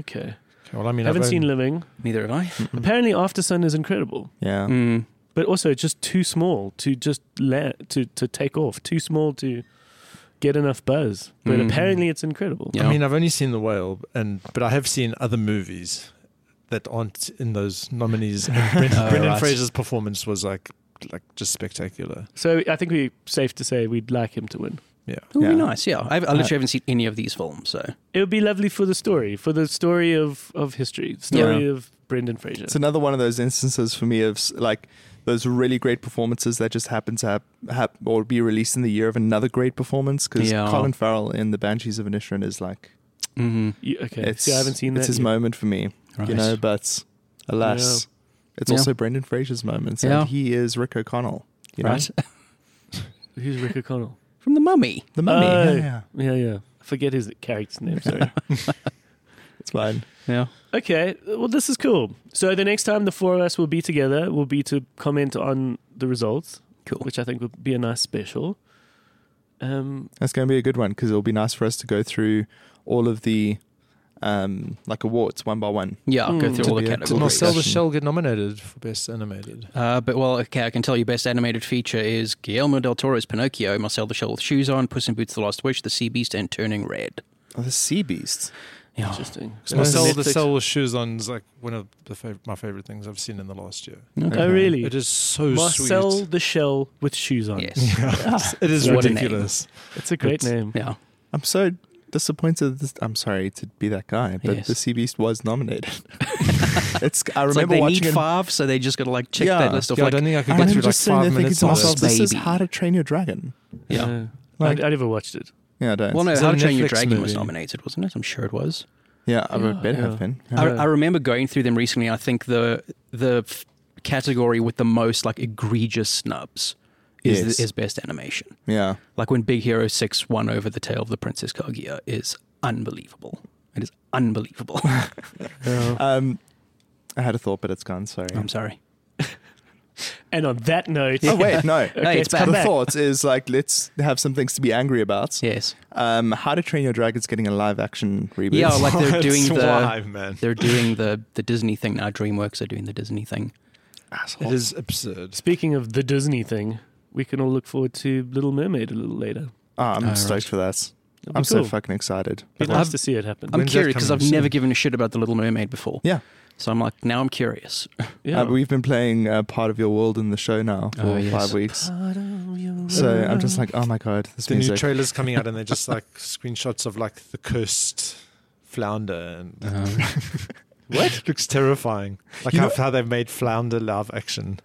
Okay, well, I mean, haven't I've Mm. seen only- Living. Neither have I. Apparently, After Sun is incredible, Yeah, Mm. but also just too small to just la- to to take off. Too small to get enough buzz. But Mm. apparently, it's incredible. Yeah. I mean, I've only seen The Whale, and but I have seen other movies that aren't in those nominees. And Brendan, Oh, Brendan right. Fraser's performance was like, like just spectacular. So I think we're safe to say we'd like him to win. Yeah. It would Yeah. be nice, yeah. I've, I literally Uh, haven't seen any of these films, so It would be lovely for the story, for the story of of history, the story Yeah. of Brendan Fraser. it's another one of those instances for me of s- like those really great performances that just happen to have, hap or be released in the year of another great performance because Yeah. Colin Farrell in The Banshees of Inisherin is like mm-hmm. You- okay, it's see, I haven't seen that. it's his yet. moment for me, right. you know. But alas, it's Yeah. also Brendan Fraser's moment, Yeah. and he is Rick O'Connell, you know, right. Who's Rick O'Connell? From The Mummy. the mummy. Oh. yeah, yeah, Yeah, yeah. I forget his character's name. Sorry. it's fine. Yeah. Okay, well, this is cool. So the next time the four of us will be together, will be to comment on the results, Cool. which I think would be a nice special. Um, That's going to be a good one because it'll be nice for us to go through all of the um like awards one by one. Yeah, go Mm. through To all the be a- to Did Marcel categories. Marcel the discussion. Shell get nominated for best animated? Uh, but well, okay, I can tell you best animated feature is Guillermo del Toro's Pinocchio, Marcel the Shell with Shoes On, Puss in Boots The Last Wish, The Sea Beast, and Turning Red. Oh, the sea beast. Yeah. interesting. Because Marcel the Netflix. Shell with shoes on is like one of the fav- my favorite things I've seen in the last year. Oh, really? It is so Marcel sweet. the Shell with shoes on. Yes. It is What a name. ridiculous. It's a great It's- name. Yeah. I'm so disappointed. This, I'm sorry to be that guy, but Yes. the sea beast was nominated. it's. I It's like remember they watching need it. five, so they just got to like check Yeah. that list off. Yeah, I like, don't think I could I get remember through like just sitting five there thinking minutes to of Marcel's myself, this. "This is baby. How to Train Your Dragon." yeah. Uh, Like- I, I never watched it. Yeah, I don't. well, no, Is How that to a Train Your Netflix Dragon was movie? nominated, wasn't it? I'm sure it was. yeah, I would Yeah, better yeah. have been. I, Yeah. I remember going through them recently. I think the the f- category with the most like egregious snubs is Yes. is best animation. yeah, Like when Big Hero Six won over the Tale of the Princess Kaguya is unbelievable. It is unbelievable. Um, I had a thought, but it's gone. Sorry. I'm sorry. And on that note, Oh wait, no. No, it's it's come bad. the back. thought is like let's have some things to be angry about. Yes. Um, How to Train Your Dragon's getting a live action reboot. Yeah, Oh, like they're That's doing the why, man. they're doing the the Disney thing now. DreamWorks are doing the Disney thing. It is absurd. Speaking of the Disney thing, we can all look forward to Little Mermaid a little later. Oh, I'm Oh, stoked right. for that. It'll be I'm so cool. fucking excited. Be Like, nice to see it happen. I'm When's that curious because coming I've soon? never given a shit about the Little Mermaid before. Yeah. So I'm like now I'm curious. yeah. Uh, we've been playing uh, part of your world in the show now for Oh, yes. five weeks. So I'm just like, oh my god, this The new music. trailer's coming out, and they're just like screenshots of like the cursed flounder, and what looks terrifying. Like Uh-huh. You how, know- how they've made flounder live action.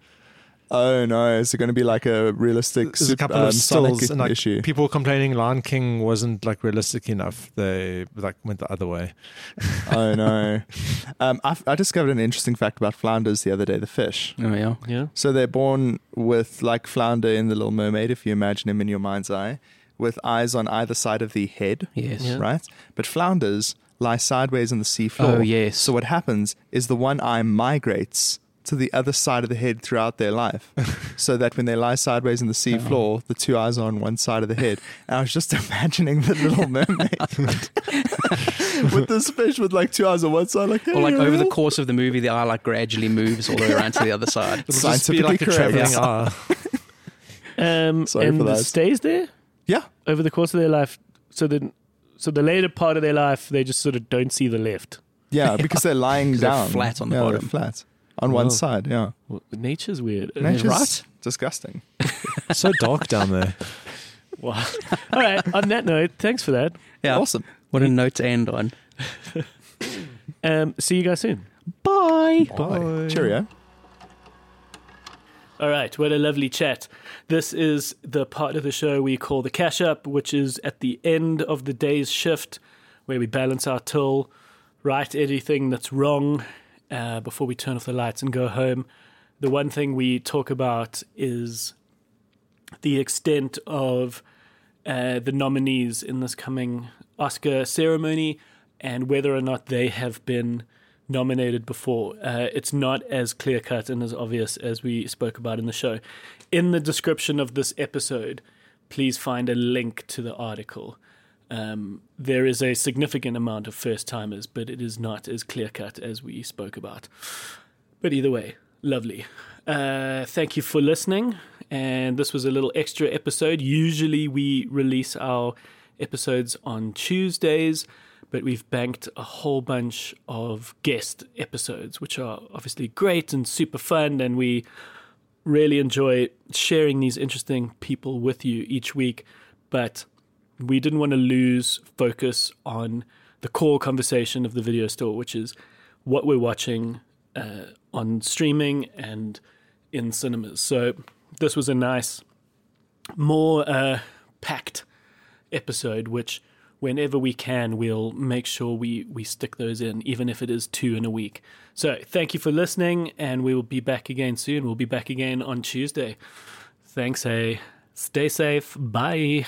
oh no, is it going to be like a realistic There's a sup- couple um, of stills, Sonic and like issue? people complaining Lion King wasn't like realistic enough. They like went the other way. oh no. Um, I, I discovered an interesting fact about flounders the other day. The fish. Oh yeah. yeah. So they're born with like flounder in the Little Mermaid, if you imagine him in your mind's eye, with eyes on either side of the head. Yes. Yeah. right? But flounders lie sideways on the sea floor. Oh yes. So what happens is the one eye migrates to the other side of the head throughout their life, so that when they lie sideways on the sea Oh. floor, the two eyes are on one side of the head. And I was just imagining the Little Mermaid with this fish with like two eyes on one side, like or like over the course of the movie, the eye like gradually moves all the way around to the other side. It'll just be Scientifically like a correct. traveling Yeah. eye. Um, Sorry and for it that. stays there yeah, over the course of their life. So the so the later part of their life, they just sort of don't see the left. yeah, because they're lying 'Cause they're down, flat on the Yeah, they're bottom. Oh. flat on one Wow. side. Yeah, Well, nature's weird. Uh, Nature's right. disgusting. so dark down there. wow. All right. On that note, thanks for that. Yeah. Awesome. What a note to end on. Um, see you guys soon. Bye. Bye. Cheerio. All right, what a lovely chat. This is the part of the show we call the cash up, which is at the end of the day's shift where we balance our till, right anything that's wrong uh, before we turn off the lights and go home. The one thing we talk about is the extent of uh, the nominees in this coming Oscar ceremony and whether or not they have been nominated before. Uh, it's not as clear cut and as obvious as we spoke about in the show. In the description of this episode, please find a link to the article. Um, there is a significant amount of first timers, but it is not as clear cut as we spoke about. But either way, lovely. Uh, thank you for listening. And this was a little extra episode. Usually we release our episodes on Tuesdays, but we've banked a whole bunch of guest episodes, which are obviously great and super fun. And we really enjoy sharing these interesting people with you each week. But we didn't want to lose focus on the core conversation of the video store, which is what we're watching uh, on streaming and in cinemas. So this was a nice, more uh, packed episode, which whenever we can, we'll make sure we, we stick those in, even if it is two in a week. So thank you for listening, and we will be back again soon. We'll be back again on Tuesday. Thanks, hey. Stay safe. Bye.